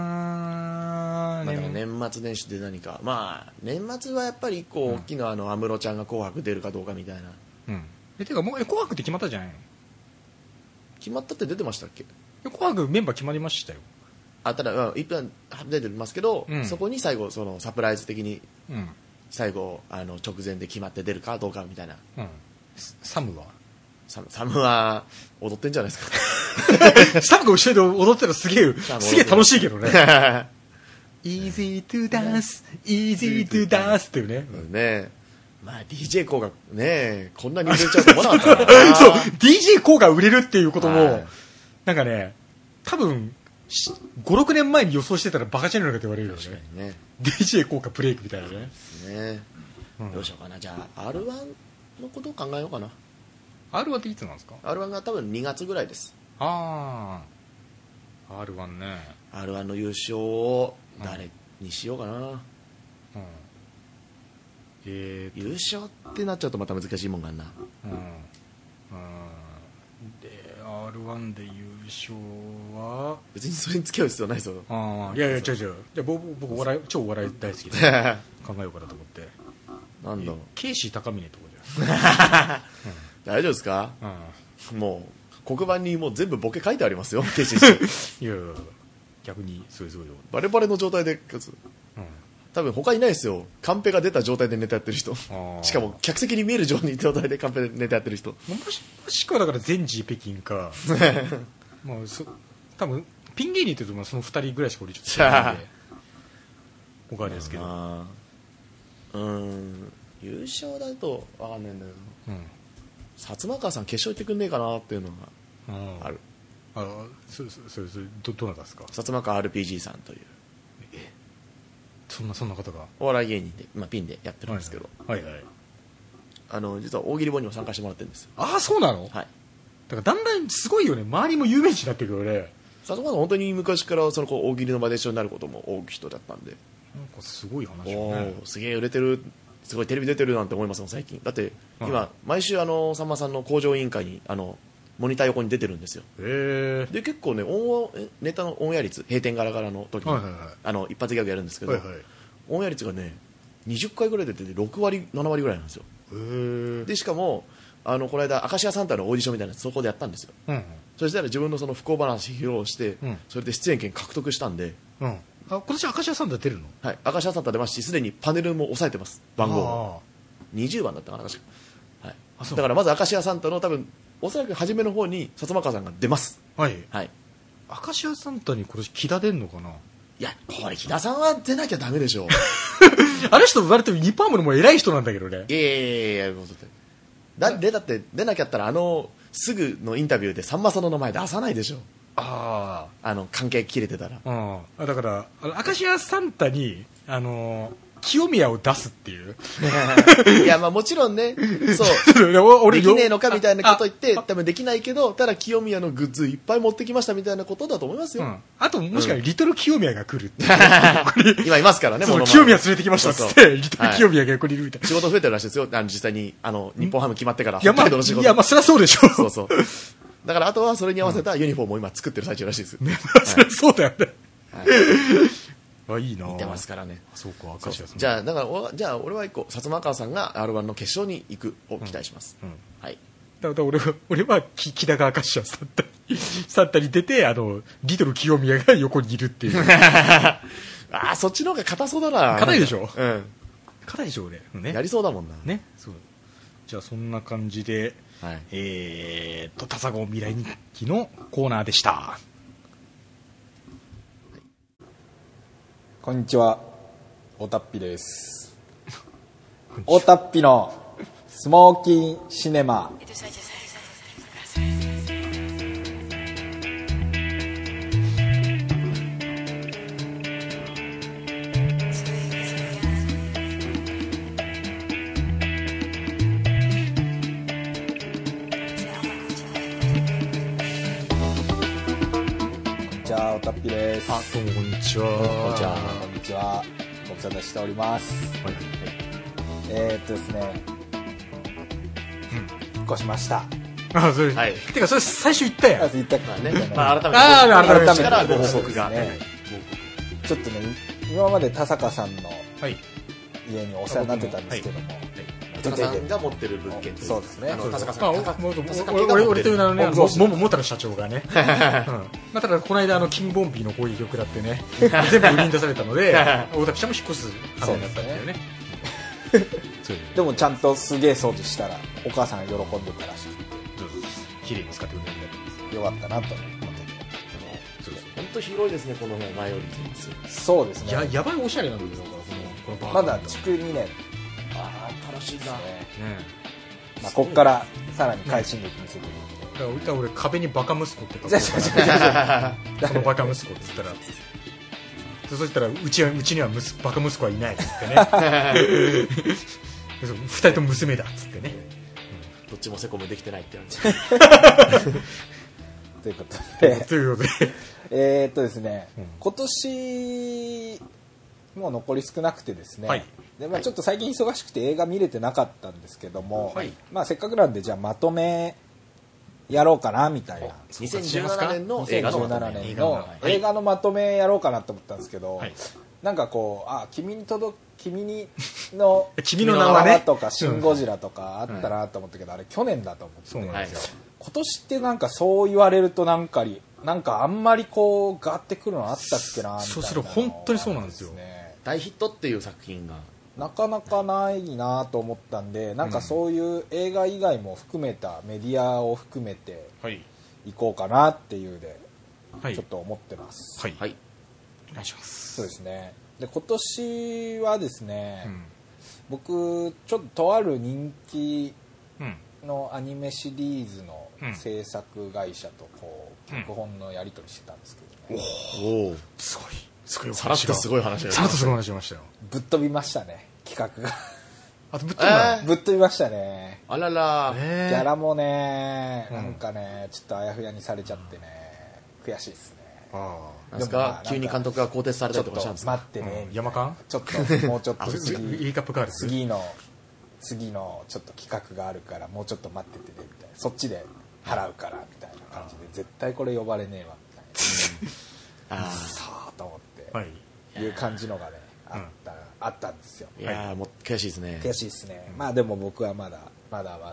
Speaker 1: なあ
Speaker 2: まあ、だから年末年始で何か、まあ、年末はやっぱり一個大きな、あの、安室ちゃんが紅白出るかどうかみたいな。
Speaker 1: うん。え、てかもう、え紅白って決まったじゃないの
Speaker 2: 決まったって出てましたっけ
Speaker 1: え紅白メンバー決まりましたよ。
Speaker 2: あただ、まあ、一分出てますけど、
Speaker 1: うん
Speaker 2: そこに最後そのサプライズ的に
Speaker 1: うん。
Speaker 2: 最後あの直前で決まって出るかどうかみたいな
Speaker 1: うん。サムは [LAUGHS]
Speaker 2: サムサムは踊ってんじゃないですか
Speaker 1: サムが後ろで踊ってたらすげえ、
Speaker 2: ム
Speaker 1: すげえ楽しいけどね。
Speaker 2: ね
Speaker 1: [LAUGHS] easy to dance, easy to dance っていうね。
Speaker 2: [LAUGHS] ねまあ DJ コウがねこんなに売れちゃうと思わなかったから
Speaker 1: [LAUGHS] そう、DJ コーが売れるっていうこと
Speaker 2: は
Speaker 1: も
Speaker 2: い、
Speaker 1: なんかね、多分、し5、6年前に予想してたらバカじゃないのかって言われるよね。
Speaker 2: ね
Speaker 1: DJ 効果ブレイクみたいなね。
Speaker 2: ね
Speaker 1: うん
Speaker 2: どうしようかなじゃあ R1 のことを考えようかな
Speaker 1: R1 っていつなんですか
Speaker 2: R1 が多分2月ぐらいです
Speaker 1: ああ。R1 ね。
Speaker 2: R1 の優勝を誰にしようかな、
Speaker 1: うん。えー、
Speaker 2: 優勝ってなっちゃうとまた難しいもんがあんな
Speaker 1: うん。で、R1 で優勝は、
Speaker 2: 別にそれに付き合う必要ないぞ [LAUGHS]
Speaker 1: ああ、いやいや、違う違う。じゃあ僕、僕、お笑い、超お笑い大好きで [LAUGHS] 考えようかなと思って。
Speaker 2: なんだろう
Speaker 1: ケイシー高峰ってこと
Speaker 2: 大丈夫ですか
Speaker 1: じゃん。うん。
Speaker 2: もう黒板にもう全部ボケ書いてありますよ決
Speaker 1: [LAUGHS]
Speaker 2: 心して
Speaker 1: いやいやいや逆にすごいすごいよ、
Speaker 2: バレバレの状態でかつ多分他いないですよカンペが出た状態でネタやってる人
Speaker 1: ー
Speaker 2: しかも客席に見える状態でカンペでネタやってる人
Speaker 1: もしもしくはだから全治北京かまあそ多分ピン芸人って言うとその2人ぐらいしか俺ちょっと知 [LAUGHS] らないんで他はですけど、
Speaker 2: あーうーん優勝だとわかんないんだけど
Speaker 1: うん
Speaker 2: 薩摩川さん決勝行ってくんねえかなっていうのが
Speaker 1: うん
Speaker 2: ある
Speaker 1: あそそそそどどなたですか
Speaker 2: 薩摩川 RPG さんという
Speaker 1: そんなそんな方が
Speaker 2: お笑い芸人で、まあ、ピンでやってるんですけど、
Speaker 1: はいはい
Speaker 2: あの実は大喜利本にも参加してもらってるんですよ
Speaker 1: ああそうなの、
Speaker 2: はい
Speaker 1: だからだんだんすごいよね周りも有名人になってくるよね
Speaker 2: 薩摩川さん本当に昔からそのこう大喜利の場で一緒になることも多い人だったんで
Speaker 1: なんかすごい話
Speaker 2: お
Speaker 1: よね
Speaker 2: おーすげえ売れてるすごいテレビ出てるなんて思いますもん最近だって
Speaker 1: うん
Speaker 2: 今毎週あのさんまさんの工場委員会にあのモニター横に出てるんですよ
Speaker 1: へ
Speaker 2: で結構ねオンえネタのオンエア率閉店ガラガラの時に、
Speaker 1: はいはいはい
Speaker 2: あの一発ギャグやるんです
Speaker 1: え
Speaker 2: けど、
Speaker 1: い
Speaker 2: オンエア率がね20回ぐらい出てて6割7割ぐらいなんですよ
Speaker 1: へえ
Speaker 2: でしかもあのこの間明石家サンタのオーディションみたいなやつそこでやったんですよ
Speaker 1: うん
Speaker 2: そしたら自分のその不幸話披露して、
Speaker 1: うん
Speaker 2: それで出演権獲得したんで、
Speaker 1: うんあ今年明石家さんだ出るの
Speaker 2: はい、明石家サンタ出ますしすでにパネルも押さえてます番号を
Speaker 1: ああ
Speaker 2: 20番だったかな確か、はい
Speaker 1: あ、そう
Speaker 2: だからまず明石家サンタの多分おそらく初めの方に薩摩川さんが出ます
Speaker 1: はい。
Speaker 2: はい
Speaker 1: 明石家サンタに今年木田出んのかない
Speaker 2: やこれ木田さんは出なきゃダメでしょう
Speaker 1: あの人割とニパームのも偉い人なんだけどね。
Speaker 2: いやいやいやいやもうだってだ出たって出なきゃったらあのすぐのインタビューでさんまさんの名前出さないでしょ
Speaker 1: あ
Speaker 2: あの関係切れて
Speaker 1: [LAUGHS]
Speaker 2: たら
Speaker 1: あ。うん。あだから、あの明石家サンタに、あのー清宮を出すっていう。 [LAUGHS]
Speaker 2: いやまあもちろんねそう
Speaker 1: 俺
Speaker 2: できねえのかみたいなこと言
Speaker 1: っ
Speaker 2: って多分できないけどただ清宮のグッズいっぱい持ってきましたみたいなことだと思います
Speaker 1: う
Speaker 2: よ、
Speaker 1: ん。あと、もしかしたらリトル清宮が来る [LAUGHS] っていう。
Speaker 2: 今いますからね
Speaker 1: そ
Speaker 2: モ
Speaker 1: の
Speaker 2: ノマネ
Speaker 1: 清宮連れてきましたっつって、
Speaker 2: そうそう
Speaker 1: リト
Speaker 2: は
Speaker 1: ル
Speaker 2: い
Speaker 1: 清宮が横にいるみたいな。
Speaker 2: 仕事増えてるらしいですよあの実際にあの日本ハム決まってから
Speaker 1: いや、ま
Speaker 2: 北
Speaker 1: あ、
Speaker 2: 海道の仕事
Speaker 1: いや、まあ、そりゃそうでしょ。
Speaker 2: そうそうだからあとはそれに合わせたユニフォームを今作ってる最中らしいです、
Speaker 1: ねまあ [LAUGHS] そりゃそうだよね。 [LAUGHS] あ、いいな
Speaker 2: 似
Speaker 1: ぁ
Speaker 2: てますからね
Speaker 1: あそうか、明石家さん
Speaker 2: じゃあだからおじゃあ俺は一個薩摩川さんが r 1の決勝に行くを期待します、
Speaker 1: うん
Speaker 2: はい
Speaker 1: だから俺は、俺は、き木田が明石家サン [LAUGHS] タに、サンタに出て、あの、リトル清宮が横にいるって [LAUGHS] いう。
Speaker 2: ああそっちの方が硬そうだな
Speaker 1: 硬いでしょ
Speaker 2: うん
Speaker 1: 硬いでしょ、俺。ね。
Speaker 2: やりそうだもんな、
Speaker 1: ね。そう。じゃあ、そんな感じで、
Speaker 2: はい
Speaker 1: えーっと、タサゴ未来日記のコーナーでした。
Speaker 3: こんにちは。おたっぴです。おたっぴのスモーキンシネマ。こんにちは、おたっぴです。
Speaker 1: あ、どうもこんにちは。こ
Speaker 2: んにちは
Speaker 3: こんにちは。ご無沙汰しております。
Speaker 1: はい。
Speaker 3: えー、っとですね。引っ越しました。
Speaker 1: あ、それ、
Speaker 2: はい
Speaker 1: てか、それ最初言った
Speaker 3: ま
Speaker 1: やん。
Speaker 3: ず言ったか
Speaker 2: まあ
Speaker 3: ら
Speaker 2: ね
Speaker 3: ね。
Speaker 2: まあ、改めて
Speaker 1: あー改めて
Speaker 2: 私からご報
Speaker 3: そうで
Speaker 2: 告
Speaker 3: すね
Speaker 2: が、
Speaker 3: ちょっとね、今まで田坂さんの
Speaker 1: はい。
Speaker 3: 家にお世話になってたんですけども、
Speaker 2: 田中さんが持ってる物件とい
Speaker 3: そうですね
Speaker 2: あの
Speaker 3: そう
Speaker 2: 田
Speaker 3: です
Speaker 2: 坂さ
Speaker 1: まあ
Speaker 2: ん
Speaker 1: お
Speaker 2: 高
Speaker 1: もう
Speaker 2: 田坂
Speaker 1: 俺
Speaker 2: 家が
Speaker 1: 俺
Speaker 2: 持っ
Speaker 1: 俺と
Speaker 2: て
Speaker 1: いう
Speaker 2: る
Speaker 1: 名のね、あの
Speaker 3: も
Speaker 1: も
Speaker 3: う
Speaker 1: ももたの社長がね、 [LAUGHS] うんまあ、ただこの間あの金ボンビーのこういう曲だってね、 [LAUGHS] 全部売りに出されたの [LAUGHS] で、大竹ちゃんも引っ越す羽目になったんだよね。そういう
Speaker 3: でもちゃんとすげえ掃除したらお母さんが喜んでたらしく
Speaker 1: そうそう綺麗に使ってくれるんだけど
Speaker 3: てよかったなと思って
Speaker 1: そうそう
Speaker 2: 本当広いですねこの前より全 [LAUGHS] 然
Speaker 3: そうです
Speaker 1: や
Speaker 3: ね
Speaker 1: やばいおしゃれなんだよだからこのこのバ
Speaker 3: ま
Speaker 1: ーガ
Speaker 3: だ
Speaker 1: ー
Speaker 3: 築2年、
Speaker 2: ああ楽しいな
Speaker 3: ね
Speaker 1: ね
Speaker 3: まあ、こっからさらに快進撃見せていく
Speaker 1: だから俺俺壁にバカ息子って書こう
Speaker 3: じゃあ
Speaker 1: か
Speaker 3: じ
Speaker 1: な
Speaker 3: ゃあじゃあじゃあ
Speaker 1: そのバカ息子って言ったらでそしたらうちはうちにはむすバカ息子はいないっつって [LAUGHS] ねでそう二人とも娘だっつってね
Speaker 2: どっちもセコムできてないって言われて
Speaker 3: ということで
Speaker 1: ということで
Speaker 3: えーっとですね、今年もう残り少なくてですね、
Speaker 1: はい
Speaker 3: でまあ、ちょっと最近忙しくて映画見れてなかったんですけども、
Speaker 2: はい
Speaker 3: まあ、せっかくなんでじゃあまとめやろうかなみたいな
Speaker 2: 2017年の映画のまと
Speaker 3: 2017
Speaker 2: め
Speaker 3: 年の
Speaker 1: 映
Speaker 3: 映画のまとめやろうかなと思ったんですけど、
Speaker 1: はい
Speaker 3: なんかこう「あ君に届く君にの
Speaker 1: 君の名はね
Speaker 3: とか「シン・ゴジラ」とかあったなと思ったけど、あれ去年だと思って
Speaker 1: そうなんですよ
Speaker 3: 今年ってなんかそう言われるとなんかりなんかあんまりこうガーってくるのあったっけなみたいなのが
Speaker 1: そうする本当にそうなんですよ
Speaker 3: ね
Speaker 2: 大ヒットっていう作品が
Speaker 3: なかなかないなと思ったんでなんかそういう映画以外も含めたメディアを含めて
Speaker 1: はい
Speaker 3: いこうかなっていうで
Speaker 1: はい
Speaker 3: ちょっと思ってます、
Speaker 1: はい
Speaker 2: はい
Speaker 1: お願いします
Speaker 3: そうですねで今年はですね、
Speaker 1: うん
Speaker 3: 僕ちょっととある人気
Speaker 1: うん
Speaker 3: のアニメシリーズの
Speaker 1: うん
Speaker 3: 制作会社とこう
Speaker 1: うん
Speaker 3: 脚本のやり取りしてたんですけどね、
Speaker 2: おお
Speaker 1: すごいすごいお話が
Speaker 2: さらっとすごい話が
Speaker 1: さらっとすごい話しましたよ
Speaker 3: ぶっ飛びましたね企画が [LAUGHS]
Speaker 1: あとぶっ飛んだ
Speaker 2: え
Speaker 1: の
Speaker 3: ぶっ飛びましたね
Speaker 2: あらら
Speaker 3: ギ
Speaker 1: え
Speaker 3: ャラもね
Speaker 1: うん
Speaker 3: なんかねちょっとあやふやにされちゃってね悔しいですね
Speaker 1: あ
Speaker 2: なんです
Speaker 3: でもまあな
Speaker 2: か
Speaker 3: んか
Speaker 2: 急に監督が更迭され
Speaker 3: ち
Speaker 2: た
Speaker 3: ょっ
Speaker 2: りと
Speaker 3: と
Speaker 2: かしたんですか
Speaker 3: 待って
Speaker 1: あ、
Speaker 3: ね
Speaker 1: う、ん、
Speaker 3: みたいな
Speaker 1: 山間
Speaker 3: ちょっともうちょっ
Speaker 2: あ
Speaker 3: と
Speaker 1: イ
Speaker 3: 次
Speaker 1: ーカップガールズ
Speaker 3: 次の次のちょっと企画があるからもうちょっと待っててねみたいなそっちで払うからみたいな感じで絶対これ呼ばれねえわみたい
Speaker 2: [LAUGHS]
Speaker 3: な
Speaker 2: あ
Speaker 3: さあと思って、
Speaker 1: はい
Speaker 3: い、う感じのがねあ
Speaker 1: うん
Speaker 3: った,、あったんですよ
Speaker 2: ーいやーもう悔しいですね
Speaker 3: 悔しいですね、まあでも僕はまだまだま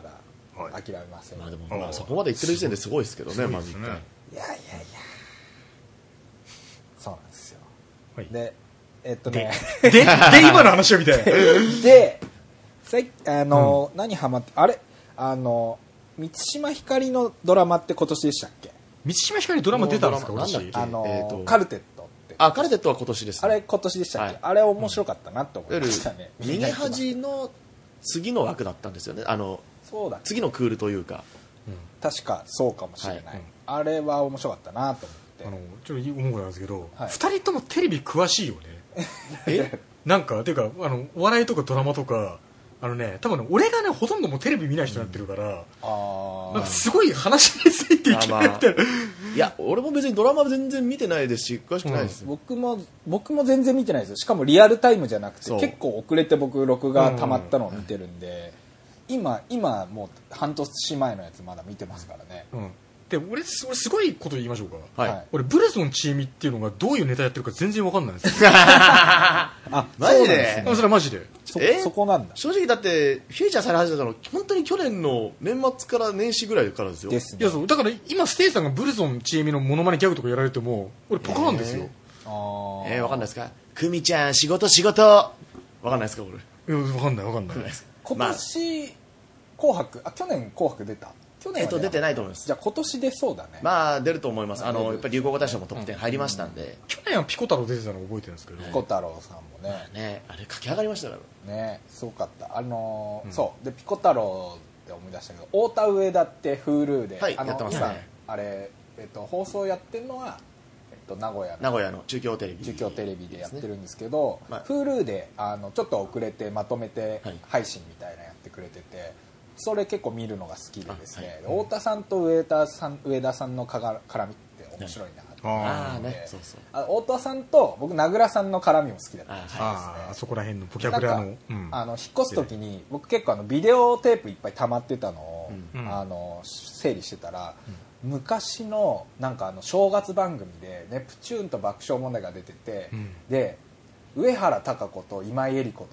Speaker 1: は
Speaker 3: だ
Speaker 1: い
Speaker 3: 諦めません、
Speaker 2: まあ
Speaker 3: い、
Speaker 2: でも
Speaker 1: あー
Speaker 2: まあそこまで言ってる時点ですごいですけどね
Speaker 1: そう
Speaker 2: ま
Speaker 1: で
Speaker 2: ず
Speaker 1: す
Speaker 2: 一
Speaker 1: ね
Speaker 2: 回
Speaker 3: やいやいやそうなんですよ
Speaker 1: はい
Speaker 3: でえっと
Speaker 1: で
Speaker 3: ね
Speaker 1: でで今の話をみたいな
Speaker 3: [LAUGHS] でさいあの、何ハマってあれあの満島ひかりのドラマって今年でしたっけ
Speaker 1: 満島ひかりドラマ出たんですか
Speaker 2: ドラマ
Speaker 1: 私
Speaker 2: なんだっけ
Speaker 3: あの、
Speaker 2: えーと
Speaker 3: カルテットってあ
Speaker 2: あカルテットは今年ですね
Speaker 3: れ今年でしたっ
Speaker 2: は
Speaker 3: け、
Speaker 2: い
Speaker 3: あれ面白かったなって思い
Speaker 2: いわゆ
Speaker 3: ま
Speaker 2: る
Speaker 3: したね
Speaker 2: 逃げ恥の次の枠だったんですよねあの
Speaker 3: そうだ
Speaker 2: 次のクールというか
Speaker 3: 確かそうかもしれない、
Speaker 2: はい
Speaker 1: うん
Speaker 3: あれは面白かったなと思って
Speaker 1: あのちょっと思うことなんですけど、
Speaker 3: はい
Speaker 1: 二人ともテレビ詳しいよね
Speaker 2: え
Speaker 1: なんかていうかあのお笑いとかドラマとかあのね多分ね俺がねほとんどもうテレビ見ない人になってるから、
Speaker 3: あ
Speaker 1: なんか
Speaker 3: あ
Speaker 1: すごい話についていけないみたいな、
Speaker 2: いや俺も別にドラマ全然見てないですし詳しくないです、
Speaker 3: 僕も僕も全然見てないですよしかもリアルタイムじゃなくて
Speaker 2: そう
Speaker 3: 結構遅れて僕録画溜まったのを見てるんで、今今もう半年前のやつまだ見てますからね、
Speaker 1: うんで俺す俺すごいこと言いましょうか、
Speaker 2: はい、
Speaker 3: はい
Speaker 1: 俺ブレゾンちえみっていうのがどういうネタやってるか全然わかんないんですよ
Speaker 3: あ
Speaker 2: マジで
Speaker 3: そうなんすね
Speaker 1: あそれはマジで
Speaker 3: そ
Speaker 2: え
Speaker 3: そこなんだ
Speaker 2: 正直だってフューチャーされ始めたの本当に去年の年末から年始ぐらいからですよ
Speaker 3: です
Speaker 1: い
Speaker 3: ね
Speaker 1: やそうだから今ステイさんがブレゾンちえみのモノマネギャグとかやられても俺ポカなんですよ、
Speaker 3: あー
Speaker 2: えー、わかんないですか久美ちゃん仕事仕事わかんないですか俺
Speaker 1: いやわかんないわかんない
Speaker 3: 今年、紅白あ去年紅白出た去年
Speaker 2: え
Speaker 3: は
Speaker 2: っと出て
Speaker 3: い
Speaker 2: ないと思います
Speaker 3: じゃあ今年出そうだね、
Speaker 2: まあ出ると思いますあのやっぱり流行語大賞もトップ10入りましたんで、
Speaker 1: 去年はピコ太郎出てたの覚えてるんですけど、
Speaker 3: ピコ太郎さんもね
Speaker 2: ねあれ駆け上がりましたから
Speaker 3: ねすごかったあのーそうでピコ太郎で思い出したけど太田上田って Hulu で、
Speaker 2: はい
Speaker 3: あの
Speaker 2: やってますね
Speaker 3: 今あれ、えっと、放送やってるのは、えっと、名古屋の
Speaker 2: 名古屋の中京テレビ
Speaker 3: 中京テレビでやってるんですけど
Speaker 2: まあ
Speaker 3: Hulu であのちょっと遅れてまとめて
Speaker 2: はい
Speaker 3: 配信みたいなやってくれててそれ結構見るのが好きでですね、
Speaker 2: あはい
Speaker 3: 太田さんと上田さん上田さんのかが絡みって面白いなって、
Speaker 2: あ
Speaker 1: あー
Speaker 2: あねそうそう
Speaker 3: あ太田さんと僕名倉さんの絡みも好きだったん
Speaker 2: あ
Speaker 3: ですね
Speaker 2: は
Speaker 1: あーそこら辺のボキャ
Speaker 3: なん
Speaker 1: ブラ
Speaker 3: か
Speaker 1: の、うん、
Speaker 3: あの引っ越す時に僕結構あのビデオテープいっぱい溜まってたのを、
Speaker 1: うん
Speaker 3: あの整理してたら、昔のなんかあの正月番組で「ネプチューンと爆笑問題」が出てて、
Speaker 1: うん
Speaker 3: で上原貴子と今井絵理子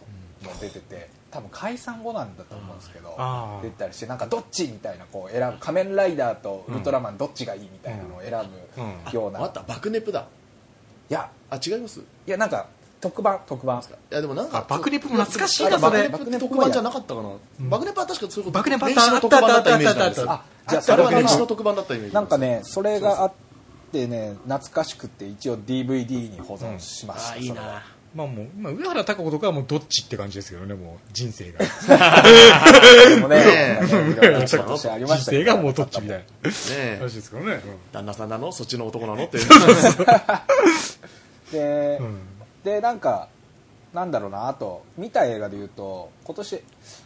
Speaker 3: と、も出てて多分解散後なんだと思うんですけど
Speaker 1: あー
Speaker 3: 出たりしてなんかどっちみたいなこう選ぶ仮面ライダーとウルトラマンどっちがいいみたいなのを選
Speaker 1: うん
Speaker 3: ぶような、
Speaker 2: またバクネプだ
Speaker 3: いや
Speaker 2: あ違いますい
Speaker 3: いやなんか特番特番
Speaker 2: やでもなんか
Speaker 1: あバクネプも懐かしいな
Speaker 2: あれ
Speaker 1: それ
Speaker 2: バクネプ特番じゃなかったかな、バクネプは確かそういうこと
Speaker 1: バクネプあった
Speaker 2: 歴史の特番だったイメージなんです
Speaker 1: あったあったあったあったあった
Speaker 2: あ
Speaker 3: じゃあ
Speaker 2: それ
Speaker 3: それ
Speaker 2: は
Speaker 3: は
Speaker 2: 歴史の特番だったイメージ
Speaker 3: なんかねそれがあってね懐かしくて一応 DVD に保存しました、
Speaker 2: あいい
Speaker 3: それは
Speaker 2: な
Speaker 1: まあもう、まあ、上原貴子とかはもうどっちって感じですけどね、もう人生が。
Speaker 3: でもね
Speaker 2: ねえ
Speaker 3: なんかねいろいろ
Speaker 2: ちょっと
Speaker 3: 年ありま
Speaker 1: 人
Speaker 3: したけ
Speaker 1: 生
Speaker 3: ど
Speaker 1: がもうどっちみたいな
Speaker 2: ね
Speaker 1: 話ですからね。
Speaker 2: 旦那さんなのそっちの男なのっていう
Speaker 3: [LAUGHS] で、
Speaker 1: うん。
Speaker 3: でなんかなんだろうなあと見た映画で言うと今年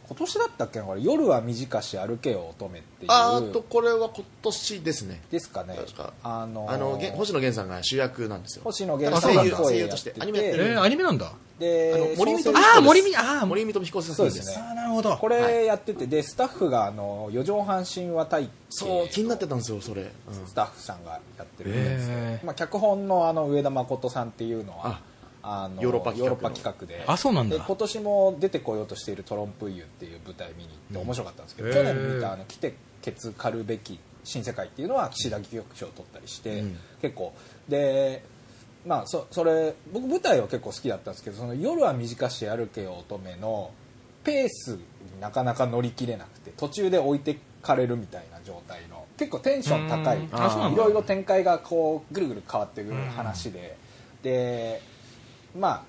Speaker 3: 今年だったっけなこれ「夜は短し歩けよ乙女」っていう
Speaker 2: あーっとこれは今年ですね
Speaker 3: ですかね
Speaker 2: 確か
Speaker 3: あのー
Speaker 2: あのげ星野源さんが主役なんですよ
Speaker 3: 星野源
Speaker 1: さんが
Speaker 2: 声優
Speaker 3: 声
Speaker 2: 声
Speaker 3: や
Speaker 2: 優
Speaker 3: って
Speaker 2: と
Speaker 3: て
Speaker 2: してアニメやって
Speaker 1: え
Speaker 2: る
Speaker 1: ー、アニメなんだ。
Speaker 3: で
Speaker 2: あの森見と
Speaker 3: 小
Speaker 2: あ
Speaker 3: 説
Speaker 2: ー森
Speaker 1: 見あー
Speaker 2: 森見と彦先生
Speaker 3: そうで
Speaker 2: です
Speaker 3: ね
Speaker 2: す
Speaker 1: あ、なるほど。
Speaker 3: こ
Speaker 2: は
Speaker 3: れやっててでスタッフがあの四畳半神話体系
Speaker 2: そう気になってたんですよそれ、うん
Speaker 3: スタッフさんがやってるみたいですけど、
Speaker 1: へー
Speaker 3: まあ、脚本のあの上田誠さんっていうのは
Speaker 2: あ
Speaker 3: あの
Speaker 2: ヨーロッパ企画の
Speaker 3: ヨーロッパ企画で
Speaker 1: あそうなんだ
Speaker 3: で今年も出てこようとしている「トロンプイユ」っていう舞台見に行って面白かったんですけど、
Speaker 1: へー
Speaker 3: 去年見たあの「来てケツ狩るべき新世界」っていうのは岸田戯曲賞を取ったりして、
Speaker 2: うん
Speaker 3: 結構でまあそそれ僕舞台は結構好きだったんですけどその夜は短し歩けよ乙女のペースになかなか乗り切れなくて途中で置いてかれるみたいな状態の結構テンション高い
Speaker 1: うん
Speaker 2: あそうなん
Speaker 3: い
Speaker 2: だ
Speaker 3: ろいろ展開がこうぐるぐる変わってくる話ででまあ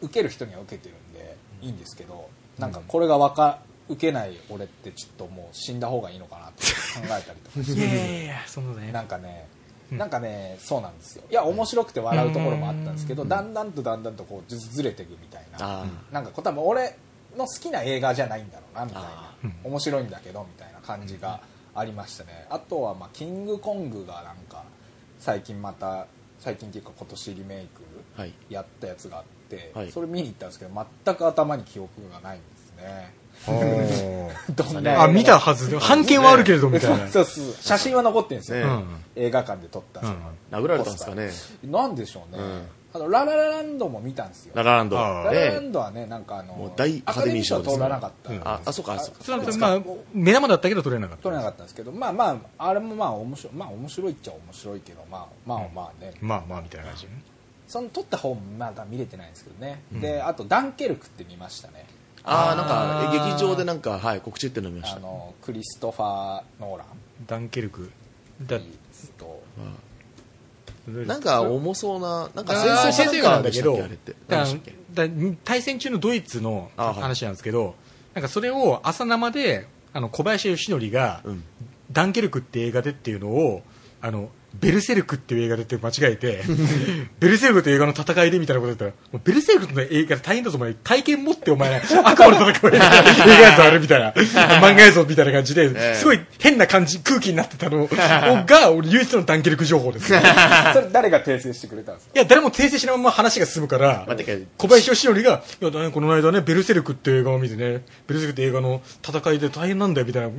Speaker 3: 受ける人には受けてるんでいいんですけどなんかこれがわか受けない俺ってちょっともう死んだ方がいいのかなって考えたりとかして
Speaker 1: いやいやいや、そのね
Speaker 3: なんかねなんかねそうなんですよいや面白くて笑うところもあったんですけどだんだんとだんだんとこうずずれていくみたいな
Speaker 2: あー
Speaker 3: なんかこう多分俺の好きな映画じゃないんだろうなみたいな
Speaker 2: あ
Speaker 3: 面白いんだけどみたいな感じがありましたねあとはまあ「キングコング」がなんか最近また最近っていうか今年リメイク
Speaker 2: はい
Speaker 3: やったやつがあって、
Speaker 2: はい
Speaker 3: それ見に行ったんですけど全く頭に記憶がないんですね [LAUGHS] どんな映画
Speaker 1: あ、見たはずで。半券はあるけれど、みたいな。
Speaker 3: [LAUGHS] そうそう写真は残ってるんですよ、
Speaker 2: ね
Speaker 3: 映画館で撮った、
Speaker 1: うん
Speaker 2: 殴られたんですかね
Speaker 3: なんでしょうね、
Speaker 2: うん
Speaker 3: あのラララランドも見たんですよ
Speaker 2: ララランド
Speaker 1: あー
Speaker 3: ラララン
Speaker 2: ね
Speaker 3: ドはねなんかあの
Speaker 2: もう大アカデミー賞ですね
Speaker 3: アカデミー賞は通らなかった、
Speaker 1: うん
Speaker 2: ああそうかあそうか
Speaker 1: それはまあ、目玉だったけど取れなかった。
Speaker 3: 取れなかったんですけどまあまああれもまあ面白いまあ面白いっちゃ面白いけどまあまあまあね、
Speaker 1: まあまあ、みたいな感じね。
Speaker 3: その撮った方もまだ見れてないんですけどね、であとダンケルクって見ましたね
Speaker 2: あー
Speaker 1: あー
Speaker 2: なんか劇場でなんか、はい、告知っていうの見まし
Speaker 3: あ
Speaker 2: た
Speaker 3: のクリストファー・ノーラン
Speaker 1: ダンケルク。だ
Speaker 3: と
Speaker 2: なんか重そうななんか
Speaker 1: あー
Speaker 2: 戦
Speaker 1: 先
Speaker 2: 争
Speaker 1: 生がなんだけ
Speaker 2: でしたっ
Speaker 1: ど
Speaker 2: けあれって
Speaker 1: だか
Speaker 2: 何でしたっけ
Speaker 1: らだ対戦中のドイツの
Speaker 2: あはい
Speaker 1: 話なんですけど、なんかそれを朝生であの小林義則が、
Speaker 2: うん
Speaker 1: ダンケルクって映画でっていうのをあのベルセルクっていう映画でって間違えて [LAUGHS] ベルセルクという映画の戦いでみたいなことだったらもうベルセルクの映画大変だぞお前体験持ってお
Speaker 2: [LAUGHS]
Speaker 1: 前悪魔の戦いを映画やつあるみたいな漫画やぞみたいな感じで、
Speaker 2: ええ
Speaker 1: すごい変な感じ空気になってた
Speaker 2: [LAUGHS]
Speaker 1: のが俺唯一のダンケルク情報です
Speaker 3: それ誰が訂正してくれたんですか
Speaker 1: いや、誰も訂正しないまま話が進むから
Speaker 2: 待って、
Speaker 1: 小林義則が、いや、だねこの間ね、ベルセルクっていう映画を見てね、ベルセルクって映画の戦いで大変なんだよ、みたいな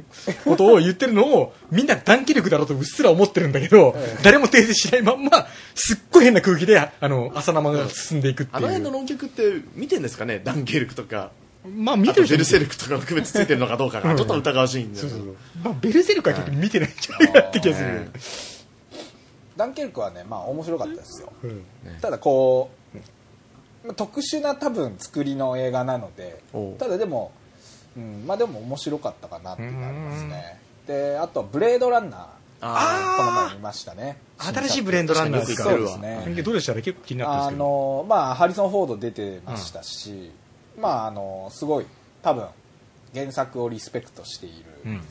Speaker 1: ことを言ってるのを、 [LAUGHS] みんな断気力だろうとうっすら思ってるんだけど、誰も訂正しないまんま、すっごい変な空気で、あの、朝生が進んでいくって
Speaker 2: あの
Speaker 1: い
Speaker 2: 辺の
Speaker 1: う。
Speaker 2: 論客って見てんですかねダンケルクとか
Speaker 1: まあ、見
Speaker 2: あ
Speaker 1: て
Speaker 2: と
Speaker 1: る人
Speaker 2: ベルセ
Speaker 1: ル
Speaker 2: ルクとかの区別ついてるのかどうか
Speaker 1: う
Speaker 2: が
Speaker 1: ん
Speaker 2: ちょっと疑わしいんで
Speaker 1: そうそうそう。まあ、ベルセルクは逆に見てないんじゃないかって気がするよね。
Speaker 3: ダンケルクはねまあ面白かったですよ
Speaker 1: うん
Speaker 3: ただこうまあ特殊な多分作りの映画なので
Speaker 2: おう
Speaker 3: ただでも、うん、まあでも面白かったかなっていうのがありますねであと「ブレードランナー」
Speaker 2: あ
Speaker 1: ー
Speaker 3: この前見ましたね
Speaker 1: 新しいブレンドランナーですか
Speaker 3: そうですね
Speaker 1: でどうでしたあれ結構気になったんです
Speaker 3: あ
Speaker 1: けど。
Speaker 3: のまあハリソン・フォード出てましたし、まああのすごい多分原作をリスペクトしている
Speaker 1: うん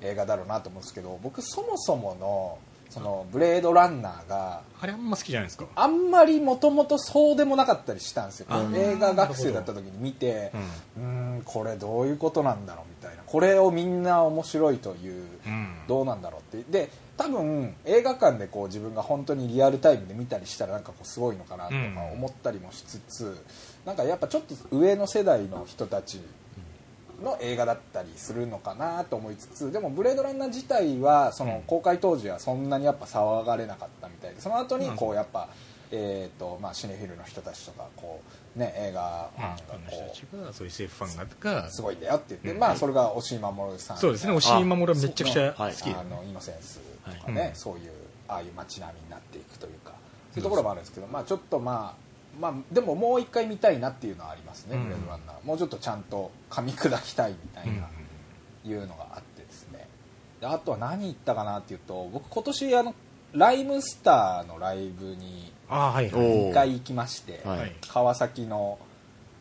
Speaker 3: 映画だろうなと思うんですけど僕そもそものそのブレードランナーが
Speaker 1: あれあんま好きじゃないですか。
Speaker 3: あんまりもともとそうでもなかったりしたんですよ
Speaker 1: あー
Speaker 3: 映画学生だった時に見て
Speaker 1: なる
Speaker 3: うーんこれどういうことなんだろうみたいなこれをみんな面白いという
Speaker 1: うん
Speaker 3: どうなんだろうってで多分映画館でこう自分が本当にリアルタイムで見たりしたらなんかこうすごいのかなとか
Speaker 1: うん
Speaker 3: 思ったりもしつつ、なんかやっぱちょっと上の世代の人たちの映画だったりするのかなと思いつつでも「ブレードランナー」自体はその公開当時はそんなにやっぱ騒がれなかったみたいでその後にこうやっぱえーとまあ、シネフィルの人たちとかこう、ね、映画ファンが
Speaker 1: あの人
Speaker 3: こ
Speaker 1: たちがそういう SF ファンがとか
Speaker 3: うすごいんだよって言って、まあ、それが押井守さん
Speaker 1: そうですね
Speaker 3: 押
Speaker 1: 押井守はめちゃくちゃ好
Speaker 2: はい
Speaker 1: きで
Speaker 3: あのイノセンスとかね、
Speaker 1: はいうん
Speaker 3: そういうああいう街並みになっていくというかそういうところもあるんですけど、まあ、ちょっとまあ、まあ、でももう一回見たいなっていうのはありますね「
Speaker 1: うん
Speaker 3: ブレードランナー」もうちょっとちゃんと噛み砕きたいみた
Speaker 1: う
Speaker 3: い
Speaker 1: ん
Speaker 3: な、いうのがあってですねであとは何言ったかなっていうと僕今年あのライムスターのライブに
Speaker 1: ああはいはい
Speaker 2: お
Speaker 3: 一回行きまして、
Speaker 2: はい
Speaker 1: はい
Speaker 3: 川崎の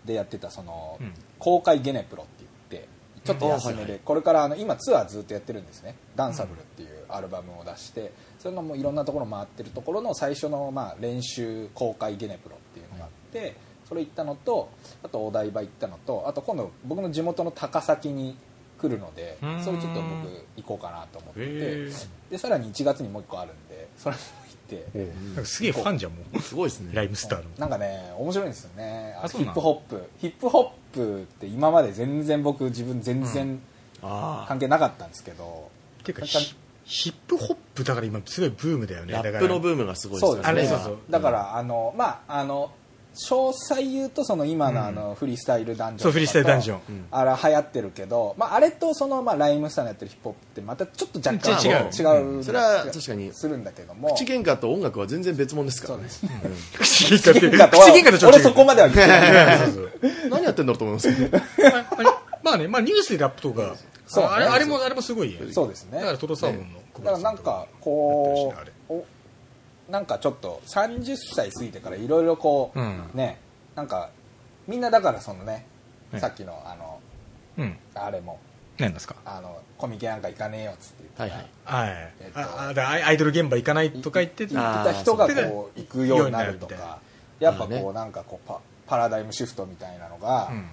Speaker 3: でやってたその、
Speaker 1: うん
Speaker 3: 公開ゲネプロって言ってちょっと安めで、
Speaker 2: うんはいはい
Speaker 3: これからあの今ツアーずっとやってるんですね「ダンサブル」っていうアルバムを出して、それのもういろんなところ回ってるところの最初のまあ練習公開ゲネプロっていうのがあって、それ行ったのとあとお台場行ったのとあと今度僕の地元の高崎に来るので
Speaker 1: うん
Speaker 3: それちょっと僕行こうかなと思ってて
Speaker 1: へー
Speaker 3: でさらに1月にもう1個あるんでそれも行って。
Speaker 1: なんかすげえファンじゃんもう
Speaker 2: すごいです
Speaker 1: ライ
Speaker 2: ね
Speaker 1: ムスターの
Speaker 3: なんかね面白いんですよねあ
Speaker 1: あ
Speaker 3: の
Speaker 1: そ
Speaker 3: ヒ
Speaker 1: うなの
Speaker 3: ップホップヒップホップって今まで全然僕自分全然
Speaker 2: ああ
Speaker 3: 関係なかったんですけど、
Speaker 1: っていうか
Speaker 3: なんか
Speaker 1: ヒヒップホップだから今すごいブームだよね
Speaker 2: ラ
Speaker 1: だ
Speaker 2: ッ
Speaker 1: か
Speaker 2: プ
Speaker 1: ら
Speaker 2: のブームがすごい
Speaker 3: そうです
Speaker 1: あれ
Speaker 3: ね
Speaker 1: そうそう
Speaker 3: だからあのまああの詳細言うとその今のあのフリースタイルダンジョンとかと
Speaker 1: そうフリースタイルダンジョン
Speaker 2: うん
Speaker 3: あれ流行ってるけど、まあ、あれとその、まあ、ライムスターのやってるヒップホップってまたちょっと若干
Speaker 1: 違う
Speaker 3: 違う、
Speaker 1: う
Speaker 2: それは確かに
Speaker 3: するんだけども
Speaker 2: 口喧嘩と音楽は全然別物ですからね
Speaker 1: 口喧嘩って口
Speaker 3: 口喧嘩とは
Speaker 1: 喧嘩とちょっと
Speaker 3: 俺そこまでは言ってない
Speaker 1: そうそうそう
Speaker 2: うん [LAUGHS] 何やってんだろうと思
Speaker 3: [LAUGHS]
Speaker 2: いますけど
Speaker 1: ああれまあねまあニュースでラップとか
Speaker 3: そう
Speaker 1: ああれあれもあれもすごいよね
Speaker 3: そうですね
Speaker 1: だからトロサーモンの小
Speaker 3: だから
Speaker 1: 林さ
Speaker 3: なんん
Speaker 1: とか
Speaker 3: かこ
Speaker 1: やってるしね
Speaker 3: う、おなんかちょっと30歳過ぎてからいろいろこう、
Speaker 1: うん
Speaker 3: ねなんかみんなだからそのね、
Speaker 1: はい
Speaker 3: さっきのあの
Speaker 1: うん
Speaker 3: あれも
Speaker 1: 何ですか
Speaker 3: あのコミケなんか行かねえよっつって言ってた、
Speaker 2: はいはい
Speaker 1: はい
Speaker 3: えっと
Speaker 1: ああだからアイドル現場行かないとか言って
Speaker 3: 言って
Speaker 2: あ
Speaker 3: た人
Speaker 2: あ
Speaker 3: が
Speaker 1: ーそう
Speaker 3: こう行くようになると
Speaker 1: 行くようになる
Speaker 3: かやっぱ
Speaker 2: まあ
Speaker 3: こ
Speaker 2: ね
Speaker 3: うなんかこうパパラダイムシフトみたいなのが、
Speaker 1: うん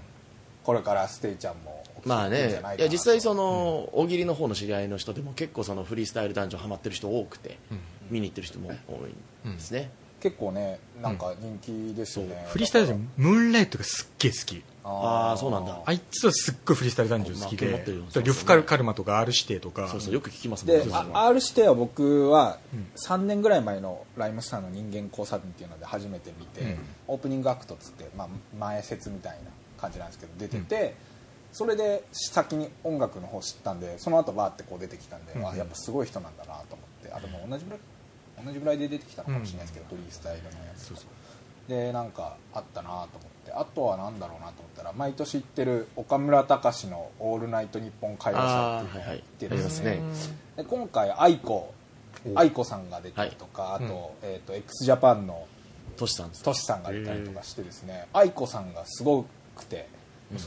Speaker 3: これからステイちゃんも起きて
Speaker 2: まあ
Speaker 3: くるんじ
Speaker 2: ね
Speaker 3: ゃない
Speaker 2: い
Speaker 3: かな
Speaker 2: や
Speaker 3: と
Speaker 2: 実際その大喜利の方の知り合いの人でも結構そのフリースタイルダンジョンハマってる人多くて
Speaker 1: うん
Speaker 2: 見に行ってる人も多いんですね
Speaker 3: 結構ねなんか人気ですよね、
Speaker 1: フリースタイルダンジョンムーンライトがすっげえ好き
Speaker 2: あーそうなんだ
Speaker 1: あいつはすっごいフリースタイルダンジョン好き
Speaker 2: まあ
Speaker 1: で
Speaker 2: 持ってるよ
Speaker 1: そうリョフカルカルマとか R 指定とか
Speaker 2: そうそうよく聞きますもん
Speaker 3: で
Speaker 2: ね、そうそう
Speaker 3: あ R 指定は僕は
Speaker 1: うん
Speaker 3: 3年ぐらい前の「ライムスターの人間交差点」っていうので初めて見て、
Speaker 1: うん
Speaker 3: オープニングアクトっつって、まあ、前説みたいな感じなんですけど出てて、それで先に音楽の方知ったんでその後バーってこう出てきたんで、
Speaker 1: うん
Speaker 3: あやっぱすごい人なんだなと思ってあでも同じぐらい同じぐらいで出てきたのかもしれないですけど、フリースタイルのやつ
Speaker 1: そうそう
Speaker 3: でなんかあったなと思ってあとは何だろうなと思ったら毎年行ってる岡村隆史の「オールナイトニッポン歌謡祭」っていうのが行ってるん
Speaker 2: あーはいはいあり
Speaker 3: で
Speaker 2: ますす
Speaker 3: ね
Speaker 2: ね
Speaker 3: で今回愛子愛子さんが出たりとか、
Speaker 1: い
Speaker 3: あと,、えっと x ジャパンの
Speaker 2: トシさんです
Speaker 3: トシさんが出たりとかしてですね愛子さんがすごくて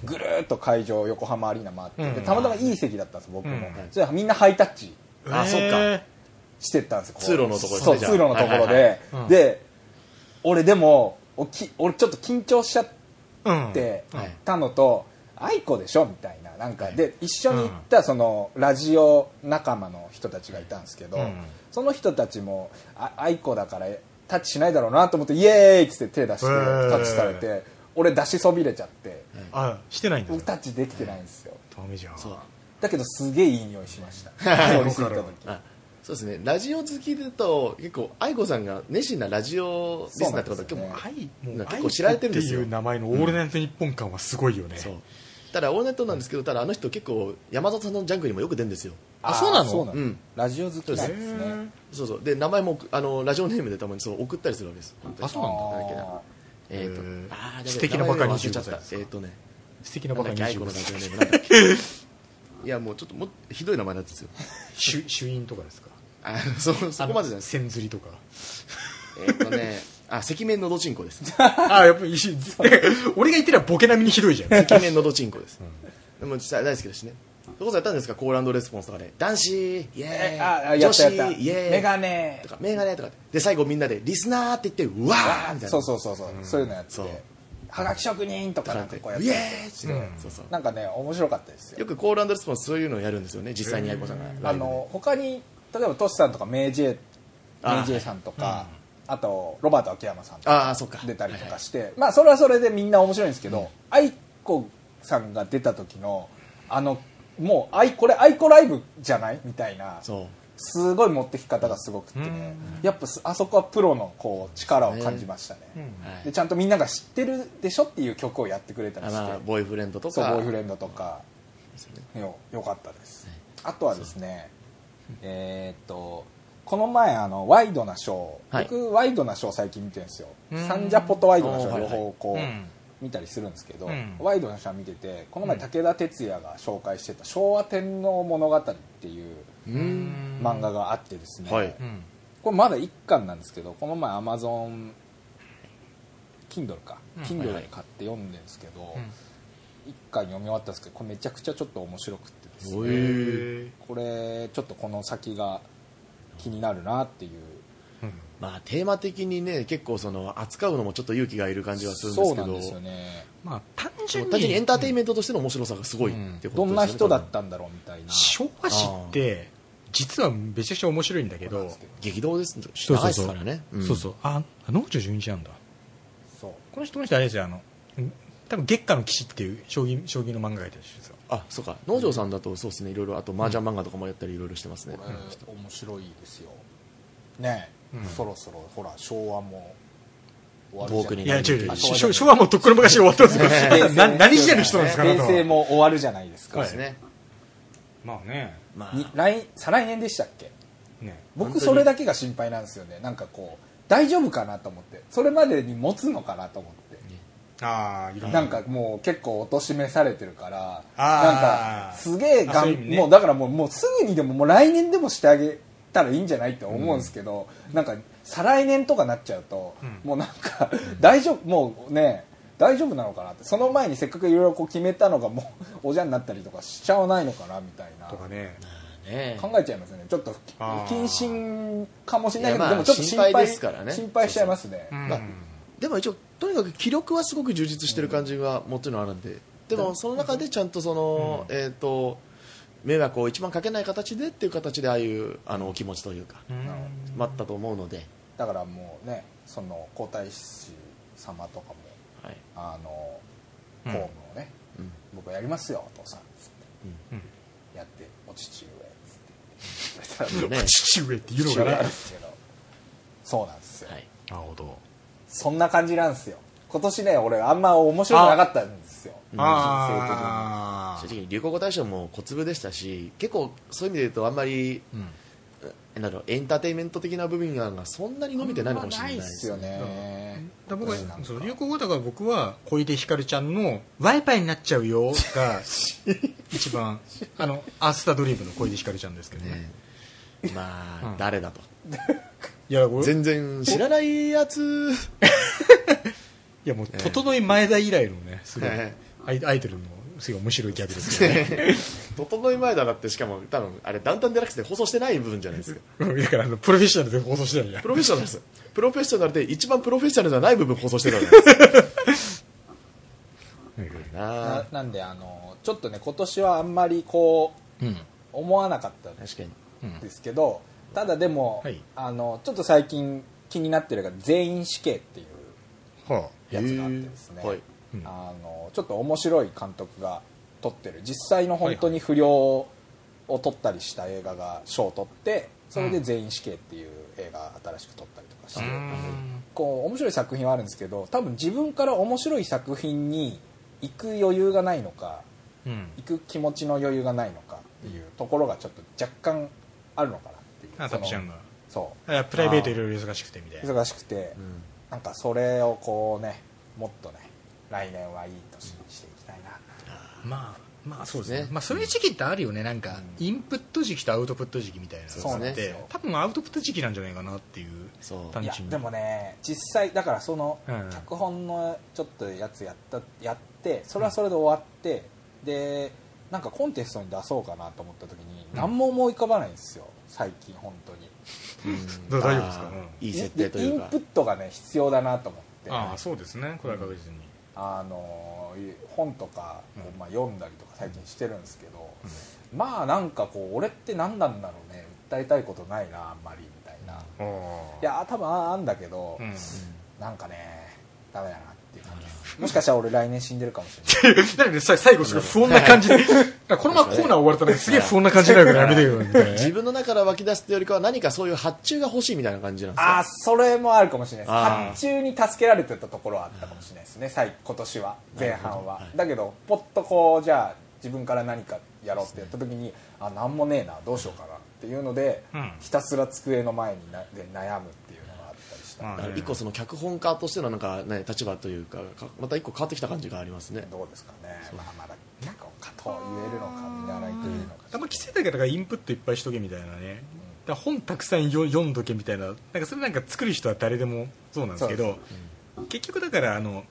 Speaker 3: ぐるーっと会場横浜アリーナ回って、
Speaker 1: うん
Speaker 3: でたまたまいい席だったんです僕も、
Speaker 1: うん
Speaker 3: それみんなハイタッチ
Speaker 2: あそっか
Speaker 1: え
Speaker 3: してったんですこう
Speaker 2: 通路のところです
Speaker 3: そう
Speaker 2: ね
Speaker 3: 通
Speaker 2: じゃあ
Speaker 3: 路のところで、
Speaker 2: はいはい
Speaker 1: うん
Speaker 3: で俺でもおき俺ちょっと緊張しちゃっ
Speaker 1: ーうん
Speaker 3: て
Speaker 1: うん
Speaker 3: たのと愛子でしょみたいななんかで一緒に行っ
Speaker 1: う
Speaker 3: たそのラジオ仲間の人たちがいたんですけど、
Speaker 1: うん
Speaker 3: その人たちもあ愛子だからタッチしないだろうなと思ってイエーイっつって手出してタ
Speaker 1: へー
Speaker 3: ッチされて俺出しそびれちゃって
Speaker 1: あしてないんだ
Speaker 3: タッチできてないんですよ
Speaker 1: ダメじゃん
Speaker 2: そう
Speaker 3: だけどすげえいい匂いしました [LAUGHS] 通り過ぎた時
Speaker 2: あそうですねラジオ好きだと結構愛子さんが熱心なラジオリスナーってことは
Speaker 3: そう
Speaker 2: 結
Speaker 3: なん
Speaker 2: 構
Speaker 3: です
Speaker 1: 愛もう
Speaker 2: なんか結構知られてるんですよ
Speaker 1: 愛っていう名前のオールナイト日本感はすごいよね、
Speaker 2: そうただオールナイトなんですけどただあの人結構山里さんのジャンクにもよく出るんですよ
Speaker 1: あそうなの
Speaker 3: そうなの、
Speaker 2: うん
Speaker 3: ラジオ好きなんです
Speaker 1: へー
Speaker 3: ね
Speaker 2: そうそうで名前もあのラジオネームでたまにそう送ったりするわけです本当に
Speaker 1: あそうなんだ
Speaker 2: だっけ
Speaker 3: あ
Speaker 2: な
Speaker 3: ー
Speaker 2: えーと
Speaker 1: へー
Speaker 2: あー
Speaker 1: 素敵なバカ
Speaker 2: 名前忘れちゃっ
Speaker 1: 25歳
Speaker 2: た
Speaker 1: ですか
Speaker 2: えっとね
Speaker 1: 素敵な
Speaker 2: な
Speaker 1: バカ
Speaker 2: んだっけ愛子のラ
Speaker 1: 25歳
Speaker 2: ジオネームなんだっけ [LAUGHS] いやもうちょっともっとひどい名前なんですよ
Speaker 1: 主主員とかですか
Speaker 2: あそそこまでじゃないです
Speaker 1: 千釣りとか
Speaker 2: えっとねあ赤面のどちんこです
Speaker 1: ああやっぱり石俺が言ってるのはボケ並みにひどいじゃん
Speaker 2: イケメンのどちんこです、でも実際大好きですしねそこそやったんですかコーランドレスポンスとかで男子イエーイ
Speaker 3: ああやったやっ
Speaker 2: 女
Speaker 3: た
Speaker 2: 子イエーイ
Speaker 3: メガネ
Speaker 2: とかメガネとかで最後みんなでリスナーって言ってうわーみたいな
Speaker 3: そうそうそうそう、そういうのやって
Speaker 2: そう
Speaker 3: はがき職人と
Speaker 2: だ
Speaker 3: か
Speaker 2: から
Speaker 3: なん
Speaker 2: っ
Speaker 3: か
Speaker 2: て
Speaker 3: こうやっ
Speaker 2: イエ
Speaker 3: て
Speaker 2: ーイってね
Speaker 1: うん
Speaker 2: そうそう
Speaker 3: なんかね面白かったですよ
Speaker 2: よくコーランドレスポンスそういうのをやるんですよね実際に愛子さんがライブで
Speaker 3: あの他に例えばトシさんとかメイジェイ
Speaker 2: あ
Speaker 3: メイジェイさんとかあ,、とロバート秋山さんとか
Speaker 2: ああそうか
Speaker 3: 出たりとかして、まあそれはそれでみんな面白いんですけど、愛子さんが出た時のあのもう愛これ愛子ライブじゃないみたいな
Speaker 2: そう
Speaker 3: すごい持ってき方がすごくってねやっぱすあそこはプロのこう力を感じましたね、
Speaker 2: はい
Speaker 3: でちゃんとみんなが知ってるでしょっていう曲をやってくれたり
Speaker 2: あ
Speaker 3: して、
Speaker 2: まあボーイフレンドと
Speaker 3: そう
Speaker 2: か
Speaker 3: ボーイフレンドとか
Speaker 2: ですよね
Speaker 3: よよかったです、あとはですねえーっとこの前あのワイドなショー、
Speaker 2: はい
Speaker 3: 僕ワイドなショー最近見てるんですよ
Speaker 1: うん
Speaker 3: サンジャポとワイドなショ
Speaker 2: おーは
Speaker 3: ー
Speaker 2: い
Speaker 3: 両
Speaker 2: はい
Speaker 3: 方こ
Speaker 1: うん
Speaker 3: う見たりするんですけど、
Speaker 1: うん
Speaker 3: ワイドなショー見ててこの前
Speaker 1: うん
Speaker 3: 武田鉄矢が紹介してた「昭和天皇物語」っていう
Speaker 2: うん
Speaker 3: 漫画があってですね、
Speaker 2: はい
Speaker 1: うん
Speaker 3: これまだ1巻なんですけどこの前アマゾン Kindle か
Speaker 1: うん
Speaker 3: Kindle
Speaker 2: はいはい
Speaker 3: で買って読んでるんですけど、1巻読み終わったんですけどこれめちゃくちゃちょっと面白くってですね
Speaker 2: お
Speaker 1: う
Speaker 2: い
Speaker 1: んへ
Speaker 3: これちょっとこの先が気になるなっていう
Speaker 1: ーうん
Speaker 2: まあテーマ的にね結構その扱うのもちょっと勇気がいる感じはするんで
Speaker 3: そう
Speaker 2: すけ
Speaker 3: な
Speaker 2: ど
Speaker 3: んですよね
Speaker 1: まあ単
Speaker 2: で
Speaker 1: 純
Speaker 2: も
Speaker 1: に
Speaker 2: 単純にエンターテインメントとしての面白さがすごいってことです
Speaker 3: ど
Speaker 2: よね
Speaker 3: んな人だったんだろうみたいな
Speaker 1: 昭和史って実はめちゃくちゃ面白いんだけど
Speaker 2: 激動ですね
Speaker 1: そう
Speaker 2: 長
Speaker 1: そそ
Speaker 2: いうで
Speaker 1: う
Speaker 2: すからね
Speaker 1: そうそうあ能條純一なんだ
Speaker 3: そう
Speaker 1: この人この人あれですよあのうん多分月下の騎士っていう将棋将棋の漫画書いてる人ですよ
Speaker 2: あそうか農場さんだとそうですねいろいろあと麻雀漫画とかもやったりいろいろしてますね
Speaker 3: これ面白いですよねえ、
Speaker 1: うん
Speaker 3: そろそろほら昭和も終わ
Speaker 2: 遠く
Speaker 3: る
Speaker 2: に
Speaker 1: い
Speaker 3: じゃ
Speaker 1: や
Speaker 3: な
Speaker 1: 違
Speaker 3: いう
Speaker 1: 違う
Speaker 3: あ
Speaker 1: し
Speaker 3: 昭和じ
Speaker 1: しょ
Speaker 3: ゃない
Speaker 1: 昭和もうとっくの昔に終わったんです
Speaker 3: [LAUGHS]
Speaker 1: けど
Speaker 3: 平成
Speaker 1: な何時代の人なんですかあなた
Speaker 3: 平
Speaker 1: は
Speaker 3: 成も終わるじゃないですか、
Speaker 2: そうですね
Speaker 1: まあね
Speaker 2: ま
Speaker 3: に
Speaker 2: あ
Speaker 3: 来再来年でしたっけ
Speaker 1: ね
Speaker 2: 本当
Speaker 3: 僕
Speaker 2: に
Speaker 3: それだけが心配なんですよねなんかこう大丈夫かなと思ってそれまでに持つのかなと思って
Speaker 1: ああいろ
Speaker 3: なんかもう結構貶めされてるからなん
Speaker 1: あー
Speaker 3: かすげえ
Speaker 1: あ
Speaker 3: が
Speaker 1: そうんいう意味ね
Speaker 3: もうだからもうもうすぐにでももう来年でもしてあげたらいいんじゃないって思うんですけど、なんか再来年とかなっちゃうと、
Speaker 1: うん
Speaker 3: もうなんか大丈夫もうね大丈夫なのかなってその前にせっかくいろいろこう決めたのがもうおじゃになったりとかしちゃわないのかなみたいな
Speaker 1: とかね
Speaker 2: ね
Speaker 3: 考えちゃいますよねちょっと
Speaker 1: あー
Speaker 3: 不謹慎かもしれないけど
Speaker 2: いやまあ
Speaker 3: でもちょっと心配
Speaker 2: 心配ですからね
Speaker 3: 心配しちゃいますね
Speaker 1: うん
Speaker 2: まあでも一応とにかく気力はすごく充実してる感じがもちろんあるんででもその中でちゃんとその、えっ、と迷惑を一番かけない形でっていう形でああいうあのお気持ちというか
Speaker 1: うん
Speaker 3: なるほ
Speaker 2: 待ったと思うので、
Speaker 3: だからもうねその皇太子様とかも
Speaker 2: はい
Speaker 3: あの公
Speaker 1: うん
Speaker 3: 務をね、
Speaker 2: うん
Speaker 3: 僕やりますよお父さんつって
Speaker 1: うん
Speaker 3: やってお父上つっ
Speaker 1: [LAUGHS]
Speaker 3: て [LAUGHS]
Speaker 2: うんね
Speaker 1: 父上っていうの
Speaker 3: 父
Speaker 1: が
Speaker 3: 上
Speaker 1: な
Speaker 3: なんですけどそうなんですよ、
Speaker 2: はい、
Speaker 1: なるほど
Speaker 3: そんな感じなんですよ今年ね俺あんま面白くなかったんですよ
Speaker 2: うん
Speaker 1: あ
Speaker 2: 正直流行語大賞も小粒でしたし結構そういう意味で言うとあんまり
Speaker 1: あうん
Speaker 2: えなんだろうエンターテインメント的な部分がそんなに伸びてないのかもしれないで
Speaker 3: です
Speaker 2: す
Speaker 3: よ
Speaker 2: ね
Speaker 3: ね
Speaker 1: だ僕は
Speaker 3: なんか
Speaker 1: そう流行語だから僕は小出ひかるちゃんの「ワイパイになっちゃうよ」が一番あのアースタードリームの小出ひかるちゃんですけどね
Speaker 2: ねまあ、
Speaker 1: うん
Speaker 2: 誰だと
Speaker 1: いやこれい
Speaker 2: 全然知らないやつ
Speaker 1: やもう整い前田以来のねすごい
Speaker 2: ね
Speaker 1: アイアイドルのすごい面白いギャグですよ [LAUGHS] ね
Speaker 2: 整い前だなってしかも多分あれダウンタウンデラックスで放送してない部分じゃないですか
Speaker 1: うんだからあのプロフェッショナルで放送してたじゃん
Speaker 2: プロフェッショナルですプロフェッショナルで一番プロフェッショナルじゃない部分放送してたじゃないですか
Speaker 3: [LAUGHS]
Speaker 2: な
Speaker 3: な
Speaker 2: あ
Speaker 3: なんであのちょっとね今年はあんまりこう
Speaker 1: うん
Speaker 3: 思わなかったん
Speaker 2: 確かに
Speaker 1: うん
Speaker 3: ですけどただでも、
Speaker 1: はい
Speaker 3: あのちょっと最近気になってるが全員死刑っていう
Speaker 1: は
Speaker 3: やつがあってですね、
Speaker 2: へーはい
Speaker 1: あうん
Speaker 3: あのちょっと面白い監督が撮ってる実際の本当に不良を撮ったりした映画が賞を取ってそれで「全員死刑」っていう映画新しく撮ったりとかして、
Speaker 1: うん
Speaker 3: こう面白い作品はあるんですけど多分自分から面白い作品に行く余裕がないのか
Speaker 1: うん
Speaker 3: 行く気持ちの余裕がないのかっていうところがちょっと若干あるのかなっていう
Speaker 1: あタピちゃ
Speaker 3: そ
Speaker 1: ん
Speaker 3: の
Speaker 1: が
Speaker 3: そ
Speaker 1: あいやプライベートいろいろ忙しくてみたいうな
Speaker 3: 忙しくて、
Speaker 2: うん
Speaker 3: なんかそれをこうねもっとね来年はいい年にしていきたいな
Speaker 1: まあまあそうですね
Speaker 2: ね
Speaker 1: まあそういう時期ってあるよねなんか、
Speaker 3: う
Speaker 1: インプット時期とアウトプット時期みたいな
Speaker 2: そう
Speaker 1: の
Speaker 2: なん
Speaker 1: があ
Speaker 2: で
Speaker 1: っ
Speaker 2: す
Speaker 1: て、
Speaker 3: よ
Speaker 1: 多分アウトプット時期なんじゃないかなっていう
Speaker 2: そう
Speaker 1: 単
Speaker 3: いや
Speaker 1: 純に
Speaker 3: でもね実際だからその
Speaker 1: うん
Speaker 3: 脚本のちょっとやつやったやってそれはそれで終わってでなんかコンテストに出そうかなと思った時に
Speaker 1: うん
Speaker 3: 何も思い浮かばないんですよ最近本当に
Speaker 2: うん
Speaker 1: どう大丈夫ですか
Speaker 2: まあ
Speaker 1: うん
Speaker 2: いい設定と
Speaker 3: でイ
Speaker 2: いう
Speaker 3: ン
Speaker 2: か
Speaker 3: プットがね必要だなと思って
Speaker 1: ああそうですねこれは確実に、
Speaker 3: あのい本とかこ
Speaker 1: う
Speaker 3: う、まあ、読んだりとか最近してるんですけど、まあなんかこう俺って何なんだろうね訴えたいことないなあんまりみたいな、い
Speaker 1: ああ
Speaker 3: や多分ああんだけど、
Speaker 1: うん
Speaker 3: なんかねダメだなっていう感じですもしかしたら俺来年死んでるかもしれない
Speaker 1: だからさ最後すごい不穏な感じで、だからこのままコーナー終われたらすげえ不穏な感じになるからやめてよ、みたいな
Speaker 2: 自分の中から湧き出すってよりかは何かそういう発注が欲しいみたいな感じなんですよ
Speaker 3: ああそれもあるかもしれないです
Speaker 2: あー
Speaker 3: 発注に助けられてたところはあったかもしれないですね最今年は前半は、だけどポッとこうじゃあ自分から何かやろうってやった時にあなんもねえなどうしようかなっていうので、
Speaker 1: うん
Speaker 3: ひたすら机の前になで悩むっていうのがあったりした、
Speaker 1: まあね
Speaker 2: 一個その脚本家としてのなんか、ね、立場というかかまた一個変わってきた感じがありますね
Speaker 3: どうですかねまあまだ脚本家と言えるのか見習いというのか
Speaker 1: あんま規制だからインプットいっぱいしとけみたいなねだから本たくさんよ読んどけみたいななんかそれなんか作る人は誰でもそうなんですけど結局だからあの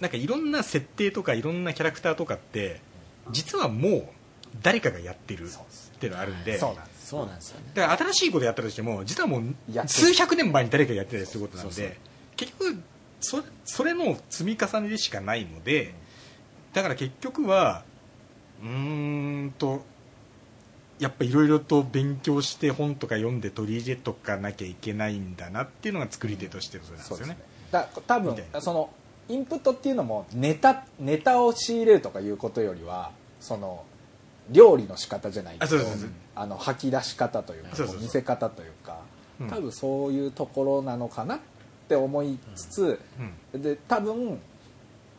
Speaker 1: なんかいろんな設定とかいろんなキャラクターとかって実はもう誰かがやってる
Speaker 3: そうです
Speaker 1: っていうのがあるんで
Speaker 3: そうなんです
Speaker 2: そうなんですよね
Speaker 1: だから新しいことやったとしても実はも
Speaker 3: やっ
Speaker 1: う
Speaker 3: てる
Speaker 1: 数百年前に誰かがやってたりすることなんで
Speaker 2: そうそう
Speaker 1: 結局そそれの積み重ねでしかないので、だから結局はうーんとやっぱいろいろと勉強して本とか読んで取り入れとかなきゃいけないんだなっていうのが作り手としてのそれなんですよね。
Speaker 3: だ多分
Speaker 1: みたいな
Speaker 3: そのインプットっていうのもネタネタを仕入れるとかいうことよりはその料理の仕方じゃないけ
Speaker 1: あそ
Speaker 3: ど
Speaker 1: うそうそう
Speaker 3: あの吐き出し方というか
Speaker 1: そうそうそう
Speaker 3: 見せ方というか
Speaker 1: うん
Speaker 3: 多分そういうところなのかなって思いつつ、
Speaker 1: うん
Speaker 3: で多分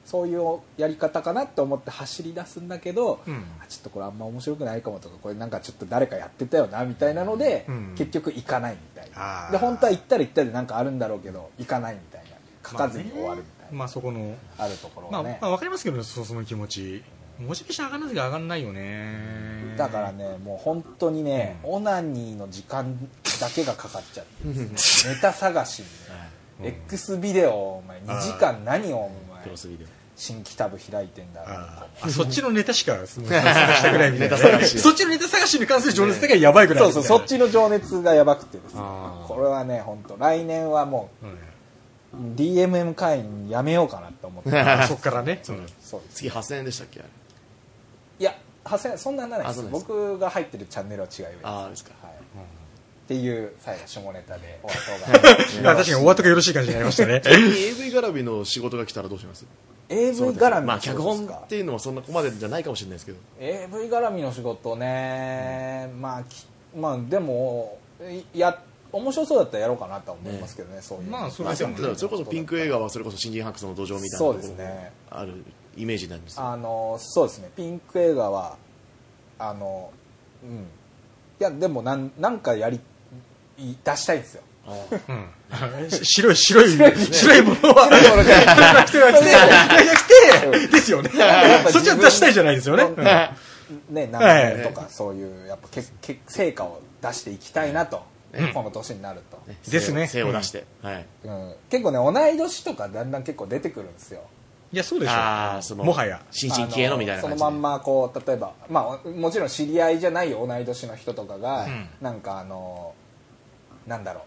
Speaker 3: そういうやり方かなって思って走り出すんだけど、
Speaker 1: うん
Speaker 3: あちょっとこれあんま面白くないかもとかこれなんかちょっと誰かやってたよなみたいなので、
Speaker 1: うん
Speaker 3: 結局行かないみたい
Speaker 1: あ
Speaker 3: な
Speaker 1: ー
Speaker 3: で本当は行ったら行ったでなんかあるんだろうけど行かないみたいな書かずに終わるみたいな、
Speaker 1: まあそこの
Speaker 3: あるところ
Speaker 1: まあ、
Speaker 3: がね、
Speaker 1: まあ、わかりますけどねそその気持ちモチベーション上がらないが上がんないよね
Speaker 3: だからねもう本当にね、オナニーの時間だけがかかっちゃってですねネタ探しにね、X ビデオをお前2時間何をお前
Speaker 2: クロスビデオ
Speaker 3: 新規タブ開いてんだろう
Speaker 1: ああそっちのネタしか、もう
Speaker 3: [LAUGHS]
Speaker 1: 探したくないみたいな
Speaker 2: ネタ探し
Speaker 1: そっちのネタ探しに関する情熱だけはやばいぐらい
Speaker 3: そ
Speaker 1: み
Speaker 3: う
Speaker 1: た
Speaker 3: そ
Speaker 1: いうな
Speaker 3: そっちの情熱がやばくてですね
Speaker 1: あー
Speaker 3: これはね本当来年はも
Speaker 1: うん
Speaker 3: う DMM 会員やめようかなと思って
Speaker 1: あそっからね。うん
Speaker 3: そうです
Speaker 2: 次8000円でしたっけあれ
Speaker 3: いや8000そんなんならないで
Speaker 2: あ
Speaker 3: す
Speaker 2: そうです
Speaker 3: 僕が入ってるチャンネルは違います
Speaker 2: ああですか
Speaker 3: はいっていう最後下ネタ
Speaker 2: [LAUGHS]
Speaker 3: で終わっ
Speaker 1: [LAUGHS]
Speaker 3: た方
Speaker 1: あ
Speaker 3: が
Speaker 1: 確かに終わったがよろしい感じになりましたね。
Speaker 2: 逆に AV 絡みの仕事が来たらどうします
Speaker 3: AV
Speaker 2: そうです
Speaker 3: 絡みの仕事ですか
Speaker 2: まあ脚本っていうのはそんなここまでじゃないかもしれないですけど
Speaker 3: AV 絡みの仕事ね、まあきまあでもいや面白そうだったらやろうかなとは思いますけどねそういうの
Speaker 1: まあそれ
Speaker 2: まあでも
Speaker 1: そうですね
Speaker 2: それこそピンク映画はそれこそ新人白書の土壌みたいなとこ
Speaker 3: そうで
Speaker 2: ろ
Speaker 3: すね
Speaker 2: があるイメージなんですよ
Speaker 3: あのそうですねピンク映画はあのうんいやでもなんなんかやりい出したいんですよ
Speaker 2: あ
Speaker 1: うん白い、白い、白いも
Speaker 3: [LAUGHS]
Speaker 1: のは、
Speaker 3: 白いものじゃない
Speaker 1: なくて、なくてなくて、ですよね
Speaker 3: [LAUGHS] やっ。ぱ
Speaker 1: そっちは出したいじゃないですよね。
Speaker 3: 自
Speaker 1: う
Speaker 3: 分
Speaker 1: ん
Speaker 3: のね何年とかそういうやっぱけけ成果を出していきたいなと、この年になると、
Speaker 2: ね
Speaker 1: ですね
Speaker 2: 精を精を出して、はい
Speaker 3: うん、結構ね同い年とかだんだん結構出てくるんですよ
Speaker 1: いや、そうでしょ。
Speaker 2: ああその
Speaker 1: もはや
Speaker 2: 新進気鋭のみたいな感じ
Speaker 3: あのそのまんまこう例えば、まあ、もちろん知り合いじゃない同い年の人とかが、
Speaker 1: うん
Speaker 3: なんかあのなんだろ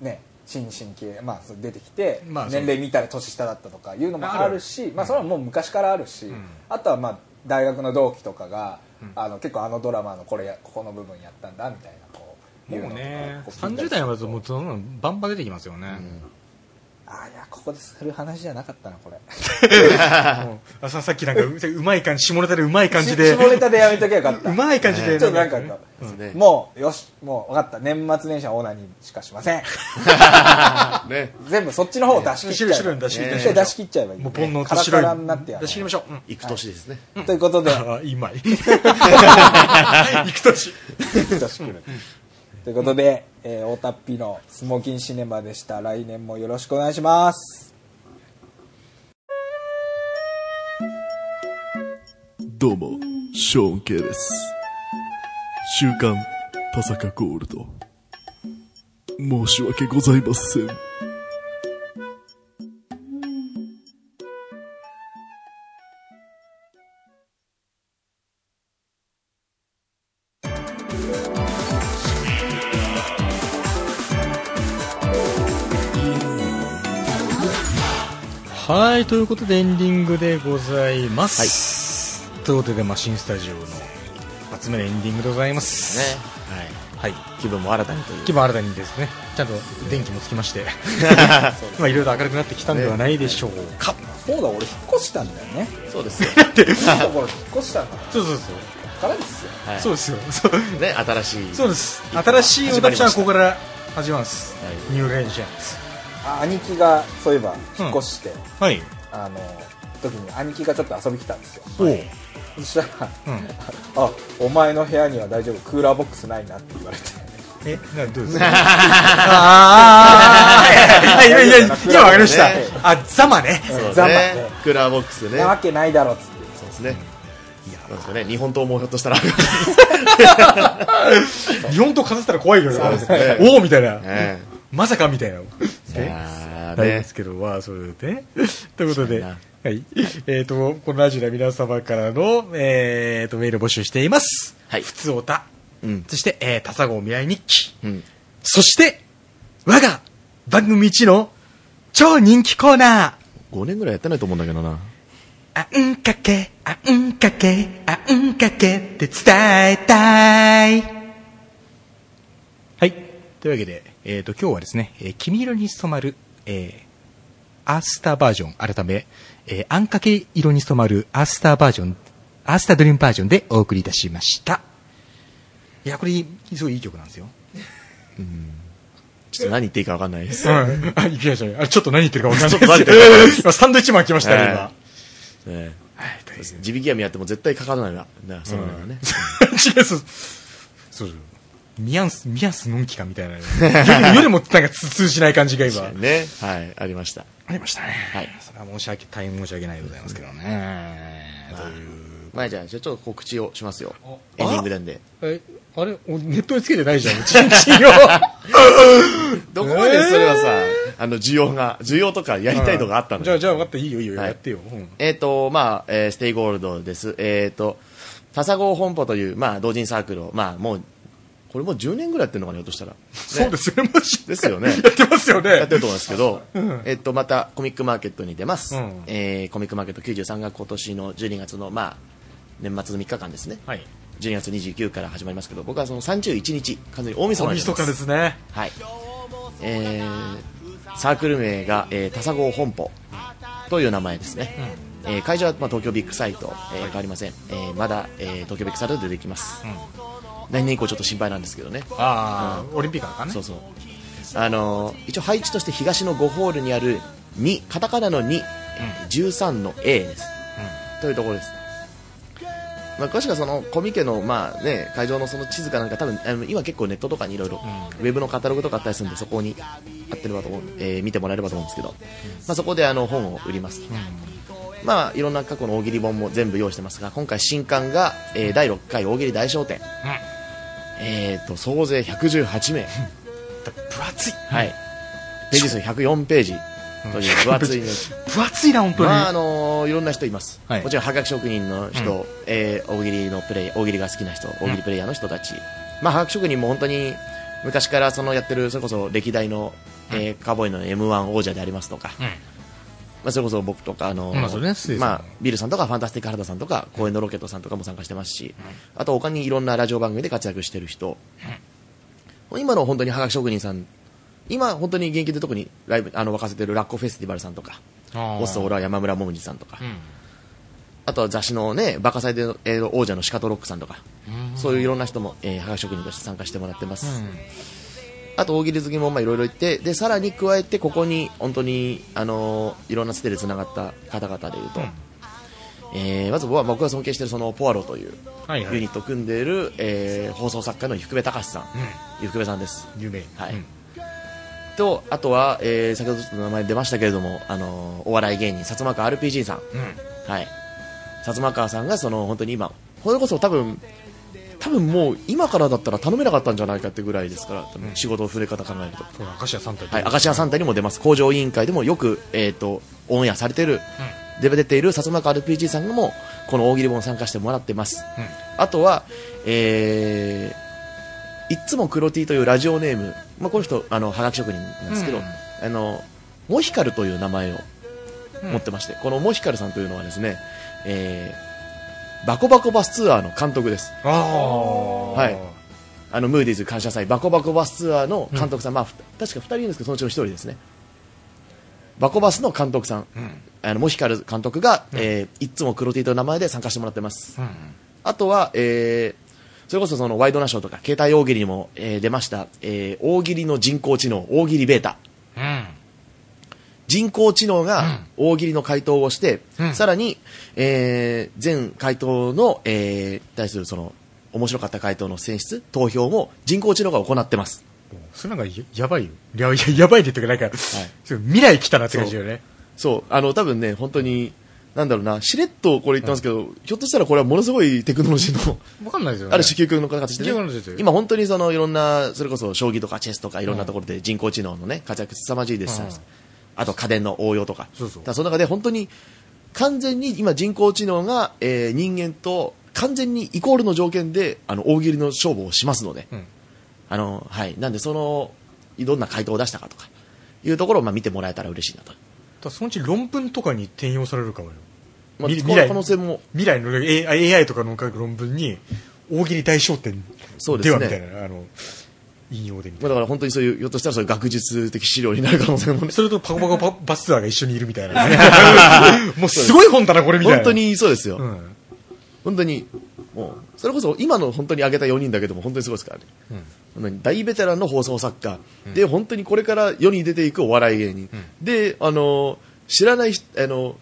Speaker 3: うね新進気鋭、まあ、そう出てきて、
Speaker 1: まあそう
Speaker 3: 年齢見たら年下だったとかいうのも
Speaker 1: ある
Speaker 3: あるしまあ、それはもう昔からあるし、
Speaker 1: ん
Speaker 3: あとはまあ大学の同期とかが、
Speaker 1: ん
Speaker 3: あの結構あのドラマのこれやここの部分やったんだみたいなこうい
Speaker 1: も
Speaker 3: の
Speaker 1: う
Speaker 3: とか
Speaker 1: ね、
Speaker 3: こう聞いたり
Speaker 1: 30
Speaker 3: する
Speaker 1: 代までもうそんなのバンバン出てきますよね。
Speaker 3: あいやここでする話じゃなかったなこれ
Speaker 1: もうあささっきなんか、う [LAUGHS] うまい感じ、下ネタでうまい感じで、
Speaker 3: [LAUGHS] 下ネタでやめときゃよかった
Speaker 1: うまい感じで、
Speaker 3: ちょっとなんか
Speaker 2: うんですね
Speaker 3: もうよしもう分かった年末年始はオナニーしかしませ [LAUGHS] ん
Speaker 2: ね
Speaker 3: 全部そっちの方を出し切っちゃえば
Speaker 1: 白いの出し切っちゃいましょう
Speaker 3: 出し切っちゃえばいい
Speaker 1: もう煩悩
Speaker 3: カ
Speaker 1: と
Speaker 3: ラ
Speaker 1: 白
Speaker 3: カ
Speaker 1: い
Speaker 3: ラになってや
Speaker 1: 出
Speaker 3: る
Speaker 1: し切りましょう。うん
Speaker 2: 行く年ですね、
Speaker 3: ということで
Speaker 1: ああ、今。 [LAUGHS] 行く年。
Speaker 3: 出し切るということで、えー、大田っぴのスモーキンシネマでした来年もよろしくお願いします
Speaker 4: どうも、ショーン・ケイです。週刊、田坂ゴールド。申し訳ございません。
Speaker 1: はい、ということでエンディングでございます。ということで、まあ、新スタジオの一発目のエンディングでございます。
Speaker 2: ね
Speaker 1: はい。はい
Speaker 2: 気分も新たにという
Speaker 1: 気分新たにですねちゃんと電気もつきまして [LAUGHS] まあいろいろ明るくなってきたんではないでしょうか、
Speaker 3: そうだ俺引っ越したんだよね
Speaker 2: そうですよ、
Speaker 3: [LAUGHS] そうだ俺引っ越したんだ
Speaker 1: そうそうそう、
Speaker 3: からですよ
Speaker 2: はい
Speaker 1: そうですよ [LAUGHS] そう
Speaker 2: ね、新しい
Speaker 1: そうです新しい私はここから始まるんです、
Speaker 2: はい
Speaker 1: ニューレンジェンス
Speaker 3: あ兄貴がそういえば引っ越して、
Speaker 1: はい
Speaker 3: あの時に兄貴がちょっと遊び来たんですよ
Speaker 1: おう、
Speaker 3: そしたら
Speaker 1: うん、
Speaker 3: 「あお前の部屋には大丈夫クーラーボックスないな」って言われて
Speaker 1: えなどうですか [LAUGHS] あ
Speaker 2: [LAUGHS]
Speaker 1: あいやいやいや今わかりました
Speaker 2: ね
Speaker 1: あざまね
Speaker 2: そうね
Speaker 3: ざまね
Speaker 2: クーラーボックス
Speaker 3: 「
Speaker 2: ね
Speaker 3: なわけないだろ」っつって
Speaker 2: そうですねそうですよね日本刀もひょっとしたら
Speaker 1: 日本刀飾ってたら怖いよね
Speaker 2: そうですね
Speaker 1: おおみたいな、
Speaker 2: ね
Speaker 1: まさかみたいなえ
Speaker 2: あ
Speaker 1: なんで
Speaker 2: ね
Speaker 1: すけど、まあ、それ
Speaker 2: [LAUGHS]
Speaker 1: で。ということで、
Speaker 2: 確
Speaker 1: は
Speaker 2: か
Speaker 1: い。えっ、と、このラジオでは皆様からの、えっ、と、メールを募集しています。
Speaker 2: はい
Speaker 1: 普通おた。
Speaker 2: うん
Speaker 1: そして、えー、たさご未来日記。
Speaker 2: うん
Speaker 1: そして、我が番組一の超人気コーナ
Speaker 2: 5年ぐらいやってないと思うんだけどな
Speaker 1: ー。あんかけ、あんかけ、あんかけって伝えたい。はい。というわけで、えっ、と、今日はですね、えー君色に染まる、えー、アースターバージョン、改め、えーあんかけ色に染まるアースターバージョン、アースタードリームバージョンでお送りいたしました。いや、これ、すごいいい曲なんですよ。
Speaker 2: ちょっと何言っていいか分かんないです
Speaker 1: うん。あ、いきましたね。あ、ちょっと何言ってるか分かんない
Speaker 2: ちょっと待って
Speaker 1: です。 [LAUGHS] 今、サンドイッチマン来ましたね、
Speaker 2: はい
Speaker 1: 今。
Speaker 2: ね
Speaker 1: はい、大
Speaker 2: 地引き網やっても絶対かからないななそのね
Speaker 1: 違う、そう。そうそう。ミアンス、ミアンスのんきかみたいな。 [LAUGHS] よりよりもなんかつ通じない感じが今。あ
Speaker 2: ねはいありました
Speaker 1: りましたね。
Speaker 2: はい
Speaker 1: それは申し訳、大変申し訳ないでございますけどね。という。
Speaker 2: まあじゃあちょっと告知をしますよエンディングなんで
Speaker 1: え、あれおネットにつけてないじ
Speaker 2: [LAUGHS]
Speaker 1: ゃん、チンチンを。
Speaker 2: どこまでそれはさ、あの需要が需要とかやりたいとかあったの
Speaker 1: じゃあ、
Speaker 2: よ
Speaker 1: じゃあ分かった、いいよ、いいよ、
Speaker 2: はい
Speaker 1: やってよ。うん
Speaker 2: えっ、と、まあ、えーステイゴールドです。えっ、と、笹郷本舗という、まあ、同人サークルを、まあ、もう、これもう10年ぐらいやってるのかな、ひょっとしたら。
Speaker 1: そうですね、マジ
Speaker 2: ですよね
Speaker 1: やってますよ
Speaker 2: や
Speaker 1: ね
Speaker 2: っ。てると思うんですけど、えっと、またコミックマーケットに出ます。
Speaker 1: うん
Speaker 2: えーコミックマーケット93が今年の12月の、まあ、年末の3日間ですね。
Speaker 1: はい。
Speaker 2: 12月29から始まりますけど、僕はその31日、完全に大晦日
Speaker 1: 大
Speaker 2: になり
Speaker 1: 晦
Speaker 2: ま
Speaker 1: 日
Speaker 2: す。
Speaker 1: ですね。
Speaker 2: はい。えーサークル名が、えー、笹郷本舗という名前ですね。えー会場は、まあ、東京ビッグサイト、えー変わりません。えーまだ、えー東京ビッグサイトで出てきます。来年以降ちょっと心配なんですけどね。
Speaker 1: ああ、オリンピックだからね
Speaker 2: そう。そう。あのー一応配置として東の5ホールにある2、カタカナの2、13の A です。というところです。まあ、詳しくはそのコミケの、まあね、会場のその地図かなんか多分あの今結構ネットとかにいろいろウェブのカタログとかあったりするんでそこにあってればと思う、えー見てもらえればと思うんですけど、まあ、そこであの本を売ります、まあ、いろんな過去の大喜利本も全部用意してますが今回新刊が、えー第6回大喜利大賞典、えー、と総勢118名
Speaker 1: 分厚い。
Speaker 2: はい。ページ数104ページという分厚いの。
Speaker 1: 分厚いな、本当に。
Speaker 2: まあ、あのーいろんな人います。
Speaker 1: はい
Speaker 2: もちろん、はがき職人の人、えー大喜利のプレイ、大喜利が好きな人、大喜利プレイヤーの人たち。まあ、はがき職人も本当に、昔からそのやってる、それこそ歴代の、えーカーボーイの M1 王者でありますとか、
Speaker 1: ん
Speaker 2: まあ、それこそ僕とか、あのー
Speaker 1: まあそれねスイさん
Speaker 2: まあビルさんとか、ファンタスティック原田さんとか、公園のロケットさんとかも参加してますし、あと他にいろんなラジオ番組で活躍してる人、今の本当にはがき職人さん、今本当に元気で特にライブ、あの、沸かせてるラッコフェスティバルさんとか、
Speaker 1: あー
Speaker 2: オスオラ山村もむじさんとか、
Speaker 1: ん
Speaker 2: あとは雑誌のね、バカ祭での、えー王者のシカトロックさんとか、そういういろんな人も、えー、はがき職人として参加してもらってます。あと大喜利好きもまあいろいろ行って、で、さらに加えて、ここに本当に、あのーいろんなつてで繋がった方々でいうと、えーまず僕は僕が尊敬しているそのポアロという
Speaker 1: はいはい
Speaker 2: ユニットを組んでいる、えー放送作家の福部隆さん、福部さんです。
Speaker 1: 有名。
Speaker 2: はい
Speaker 1: うん
Speaker 2: とあとは、えー先ほどちょっと名前出ましたけれども、あのーお笑い芸人薩摩川 RPG さん、はい、薩摩川さんがその本当に今それこそ多分多分もう今からだったら頼めなかったんじゃないかってぐらいですから多分仕事の触れ方考えると、
Speaker 1: これ、明石家さんと
Speaker 2: はい、明石家サンタにも出ます工場委員会でもよく、えー、とオンエアされてる、で出ている薩摩川 RPG さんもこの大喜利本参加してもらってます、あとは、えーいっつも黒 T というラジオネーム、まあ、この人あのはがき職人なんですけど、
Speaker 1: うん
Speaker 2: あのモヒカルという名前を持ってまして、このモヒカルさんというのはですね、えーバコバコバスツアーの監督です
Speaker 1: ああ。
Speaker 2: はいあのムーディーズ感謝祭バコバコバスツアーの監督さん、まあ、ふ確か2人いるんですけどそのうちの1人ですねバコバスの監督さん、あのモヒカル監督が、えーいつも黒 T という名前で参加してもらってます、あとは、えーそれこそそのワイドナショーとか携帯大喜利にも、えー出ました、えー大喜利の人工知能大喜利ベータ
Speaker 1: うん。
Speaker 2: 人工知能が大喜利の回答をして、
Speaker 1: うん
Speaker 2: さらに、えー全回答の、えー対するその面白かった回答の選出投票も人工知能が行ってます
Speaker 1: それなんかや、やばいよ。いや、いややばいねっていうか、なんか、そう未来来たなって感じだよね。
Speaker 2: そうあの多分ね本当になんだろうなしれっとこれ言ってますけど、ひょっとしたらこれはものすごいテクノロジーの
Speaker 1: わかんないですよね。
Speaker 2: ある種究極の形で、
Speaker 1: 究極の形
Speaker 2: ね
Speaker 1: で、
Speaker 2: 今本当にそのいろんなそれこそ将棋とかチェスとかいろんなところで人工知能のね活躍凄まじいですし、
Speaker 1: うん
Speaker 2: あと家電の応用とか
Speaker 1: そうそう
Speaker 2: だからその中で本当に完全に今人工知能が、えー人間と完全にイコールの条件であの大喜利の勝負をしますので、
Speaker 1: うん
Speaker 2: あのはい、なんでそのどんな回答を出したかとかいうところをまあ見てもらえたら嬉しいなと、
Speaker 1: だからそのうち論文とかに転用されるかもよ。
Speaker 2: まあ、
Speaker 1: 未
Speaker 2: この可能性も
Speaker 1: 未来の A- AI とかの書く論文に、大喜利大焦点
Speaker 2: そうで
Speaker 1: ですは
Speaker 2: ね
Speaker 1: みたいな、あの、引用でみたいな。
Speaker 2: まあだから本当にそういうひょっとしたらそういう学術的資料になる可能性もね
Speaker 1: それとパコパコ
Speaker 2: [LAUGHS]
Speaker 1: パバスツアーが一緒にいるみたいなね。もうすごい本だな、これみたいな。
Speaker 2: 本当。にそうですよ、
Speaker 1: うん。
Speaker 2: 本当にもうそれこそ今の本当に上げた4人だけでも本当にすごいですからね、本当に大ベテランの放送作家、で本当にこれから世に出ていくお笑い芸人、であの知らない人あの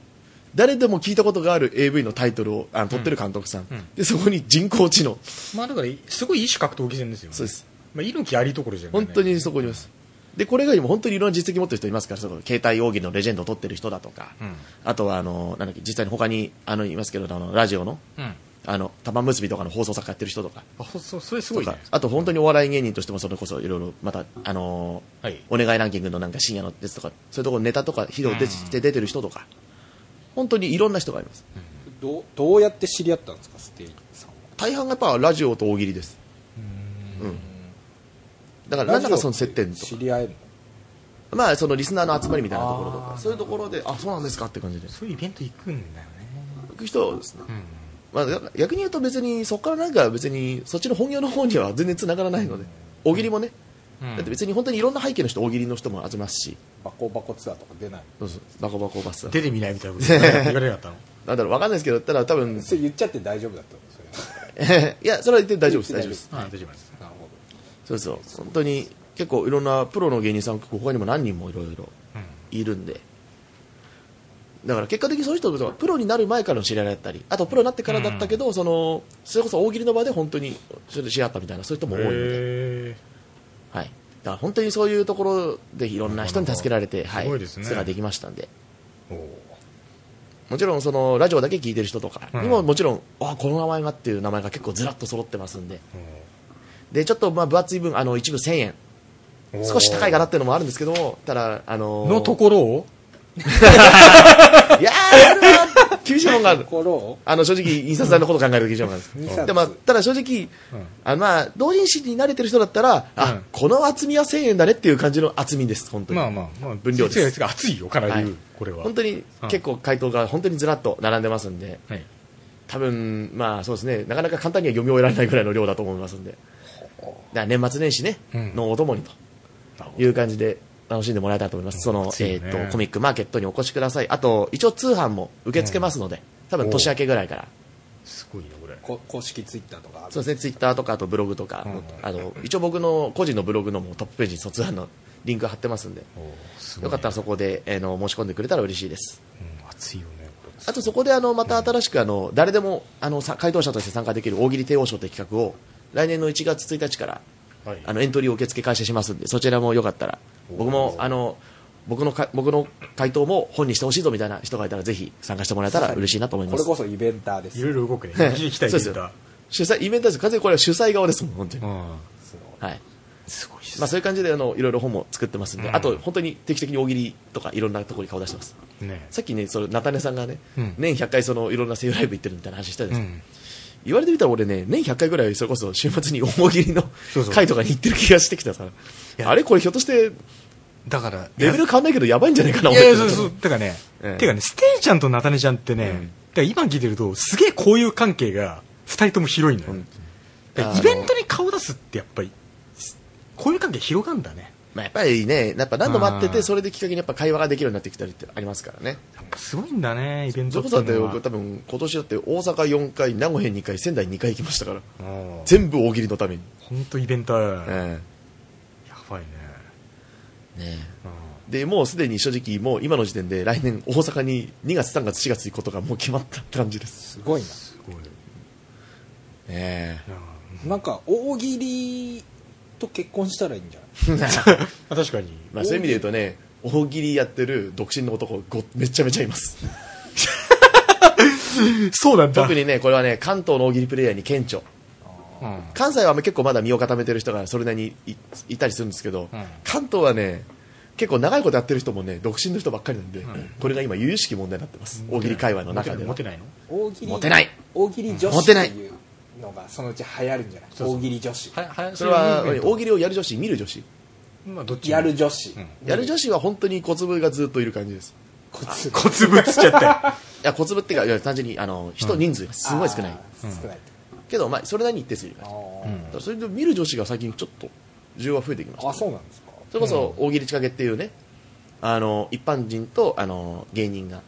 Speaker 2: 誰でも聞いたことがある AV のタイトルをあの撮ってる監督さん、でそこに人工知能
Speaker 1: まあだから、すごい一種格闘技戦ですよね。
Speaker 2: そうです。
Speaker 1: まあ、猪木ありところじゃない、
Speaker 2: 本当。にそこにいますでこれが今本当にいろんな実績持ってる人いますからその携帯奥義のレジェンドを取ってる人だとか、
Speaker 1: ん
Speaker 2: あとはあのなんだっけ実際に他にあのいますけどあのラジオの
Speaker 1: うん。
Speaker 2: あの玉結びとかの放送作家やってる人とか
Speaker 1: あ、ほそ、それす
Speaker 2: と
Speaker 1: ごい
Speaker 2: か
Speaker 1: ね。
Speaker 2: あと本当にお笑い芸人としてもそれこそいろいろまた、あのー
Speaker 1: はい
Speaker 2: お願いランキングのなんか深夜のですとかそういうところネタとか披露でして出てる人とか本当にいろんな人がいます
Speaker 3: どうどうやって知り合ったんですかステイさんは
Speaker 2: 大半がやっぱラジオと大喜利ですうんだから何らかその接点と
Speaker 3: 知
Speaker 2: か、
Speaker 3: り合えるの
Speaker 2: まあ、そのリスナーの集まりみたいなところとかそういうところであそうなんですかって感じで
Speaker 1: そういうイベント行くんだよね。
Speaker 2: 行く人はですね、
Speaker 1: ん
Speaker 2: まあ、だから逆に言うと別にそこからなんか別にそっちの本業の方には全然繋がらないので大喜利もね、
Speaker 1: うん
Speaker 2: だって別に本当にいろんな背景の人大喜利の人も集めますし
Speaker 3: バコバコツアーとか出ない
Speaker 2: そうそうバコバコバ [LAUGHS] スは
Speaker 1: 出てみないみたいなこと言われなかったの。
Speaker 2: なんだろう、わかんないですけど、ただ多分、 [LAUGHS]
Speaker 3: それ言っちゃって大丈夫だと思うそ
Speaker 2: いや、それは言って大丈夫です、大丈夫
Speaker 3: 言って大丈夫
Speaker 2: です。
Speaker 1: あ大丈夫です。
Speaker 3: れなるほ
Speaker 2: そうそう、本当に、結構いろんなプロの芸人さん、結構他にも何人もいろいろ
Speaker 1: うん
Speaker 2: いるんで、だから結果的にそういう人とか、プロになる前からの知り合いだったり、あとプロになってからだったけど、その、それこそ大喜利の場で本当に知り合ったみたいな、そういう人も多いので、
Speaker 1: へ
Speaker 2: はい。だから本当にそういうところでいろんな人に助けられて、はい、
Speaker 1: すごいですね
Speaker 2: それができましたんで。
Speaker 1: ーお
Speaker 2: もちろんそのラジオだけ聞いてる人とかにも
Speaker 1: うん
Speaker 2: もちろん、あこの名前がっていう名前が結構ずらっと揃ってますんで、でちょっとまあ分厚い分あの一部1000円
Speaker 1: ー
Speaker 2: 少し高いかなっていうのもあるんですけどもただあのー
Speaker 1: のところを
Speaker 2: いやーあるわ厳しいもんがあ
Speaker 3: ど
Speaker 2: る
Speaker 3: ところを
Speaker 2: あの正直印刷代のことを考えると厳しいもんがあるんです
Speaker 3: うん
Speaker 2: でまあただ正直、
Speaker 1: うん
Speaker 2: あのまあ同人誌に慣れてる人だったら、
Speaker 1: う
Speaker 2: あ
Speaker 1: ん
Speaker 2: この厚みは1000円だねっていう感じの厚みです本当に、
Speaker 1: まあまあまあ
Speaker 2: 分量です
Speaker 1: いやいや熱いよかなり、
Speaker 2: はい
Speaker 1: これは
Speaker 2: 本当に結構回答が本当にずらっと並んでますんで
Speaker 1: はい
Speaker 2: 多分まあそうですねなかなか簡単には読み終えられないぐらいの量だと思いますんでだから年末年始ね、
Speaker 1: うん
Speaker 2: のお供にという感じで楽しんでもらえたらと思います、その、
Speaker 1: 暑い
Speaker 2: え
Speaker 1: よね
Speaker 2: ー、とコミックマーケットにお越しくださいあと一応通販も受け付けますので、多分年明けぐらいから
Speaker 1: すごいねこれ
Speaker 3: こ公式ツイッターとか
Speaker 2: そうですねツイッターとかあとブログとか、
Speaker 1: うん
Speaker 2: あの一応僕の個人のブログのもうトップページにその通販のリンク貼ってますんで
Speaker 1: おーすごい
Speaker 2: よかったらそこで、えーの申し込んでくれたら嬉しいです
Speaker 1: うん熱いよねこれ
Speaker 2: あとそこであのまた新しくあの誰でもあのさ回答者として参加できる大喜利帝王賞という企画を来年の1月1日から
Speaker 1: はい
Speaker 2: あのエントリーを受付開始しますんでそちらもよかったら僕もあの僕のか僕の回答も本にしてほしいぞみたいな人がいたらぜひ参加してもらえたら嬉しいなと思いま
Speaker 3: こ
Speaker 2: す
Speaker 3: れこそイベンターです
Speaker 1: いろいろ動くね
Speaker 2: はい
Speaker 1: 一時期たい
Speaker 2: そう
Speaker 1: で
Speaker 2: です
Speaker 1: す
Speaker 2: よ
Speaker 1: か
Speaker 2: 主催イベントです完全にこれは主催側ですもん本当に、
Speaker 1: うん
Speaker 3: すごい
Speaker 2: はい
Speaker 1: すごいっす
Speaker 2: まあ、そういう感じであのいろいろ本も作ってますんで、
Speaker 1: うん
Speaker 2: あと本当に定期的に大喜利とかいろんなところに顔出してます
Speaker 1: ね
Speaker 2: さっきねその菜種さんがね、
Speaker 1: うん
Speaker 2: 年100回そのいろんな声優ライブ行ってるみたいな話したじゃ
Speaker 1: う
Speaker 2: ないですか、
Speaker 1: ん
Speaker 2: 言われてみたら俺ね年100回ぐらいそれこそ週末に大喜利の
Speaker 1: そうそう
Speaker 2: 会とかに行ってる気がしてきたさ
Speaker 1: や
Speaker 2: あれこれひょっとして
Speaker 1: だから
Speaker 2: レベル変わんないけどやばいんじゃないかない俺
Speaker 1: やい
Speaker 2: っ
Speaker 1: や
Speaker 2: て
Speaker 1: そうそうだからね
Speaker 2: ええ
Speaker 1: てかねステイちゃんとナタネちゃんってね
Speaker 2: うん
Speaker 1: だから今聞いてるとすげえ交友関係が二人とも広いんだよ
Speaker 2: うん
Speaker 1: だからイベントに顔出すってやっぱり、こういう関係広がんだね。
Speaker 2: まあ、やっぱりね、やっぱ何度待って
Speaker 1: う
Speaker 2: て、
Speaker 1: ん
Speaker 2: それできっかけにやっぱ会話ができるようになってきたりってありますからね。
Speaker 1: やっぱすごいんだね、イベン
Speaker 2: そ
Speaker 1: ト
Speaker 2: れ
Speaker 1: って
Speaker 2: こそだ
Speaker 1: い
Speaker 2: って
Speaker 1: うのは
Speaker 2: 僕多分今年だって大阪4回、名古屋2回、仙台2回行きましたから。
Speaker 1: うん
Speaker 2: 全部大喜利のために。
Speaker 1: ほんとイベントだよね
Speaker 2: え
Speaker 1: やばいね。
Speaker 2: えね
Speaker 1: うん
Speaker 2: えで、もうすでに正直もう今の時点で来年大阪に2月3月4月行くことがもう決まった感じです。
Speaker 3: すごいな
Speaker 1: す
Speaker 2: [LAUGHS]
Speaker 1: ごい。
Speaker 2: ね
Speaker 1: うん
Speaker 3: なんか大喜利と結婚したらいいんじゃない
Speaker 1: あ確かに。
Speaker 2: えまあそういう意味で言うとね、大喜利やってる独身の男ごめちゃめちゃいます。 [LAUGHS]
Speaker 1: そうなんだ。
Speaker 2: 特にね、これはね、関東の大喜利プレイヤーに顕著。
Speaker 1: うん
Speaker 2: 関西は結構まだ身を固めてる人がそれなりにいいたりするんですけど、
Speaker 1: うん
Speaker 2: 関東はね結構長いことやってる人もね独身の人ばっかりなんで、これが今由々しき問題になってます、大喜利界隈の中で
Speaker 1: モ
Speaker 2: は
Speaker 1: テないの
Speaker 3: 大喜利
Speaker 2: モテない
Speaker 3: 大喜利女子
Speaker 2: モ
Speaker 3: って
Speaker 2: テない
Speaker 3: いうのがそのうち流行るんじゃない
Speaker 1: そう
Speaker 3: 大喜利女子
Speaker 1: はは
Speaker 2: それは大
Speaker 1: 喜
Speaker 2: 喜利をやる女子見る女子
Speaker 1: 利。まあどっちも
Speaker 3: やる女子
Speaker 1: うん
Speaker 2: やる女子は本当に小粒がずっといる感じです
Speaker 3: こっち
Speaker 1: 小粒つっちゃった
Speaker 2: いや小粒っていうかいや単純にあの人人数がすごい少ない、
Speaker 3: あー少ない
Speaker 2: けど、まあ、それなりに一定数いる
Speaker 3: あ
Speaker 2: 感じ
Speaker 3: ー
Speaker 1: うん
Speaker 2: だからそれで見る女子が最近ちょっと需要が増えてきました
Speaker 3: あそうなんですか
Speaker 2: それこそ大喜利仕掛けっていうね、あの一般人とあの芸人が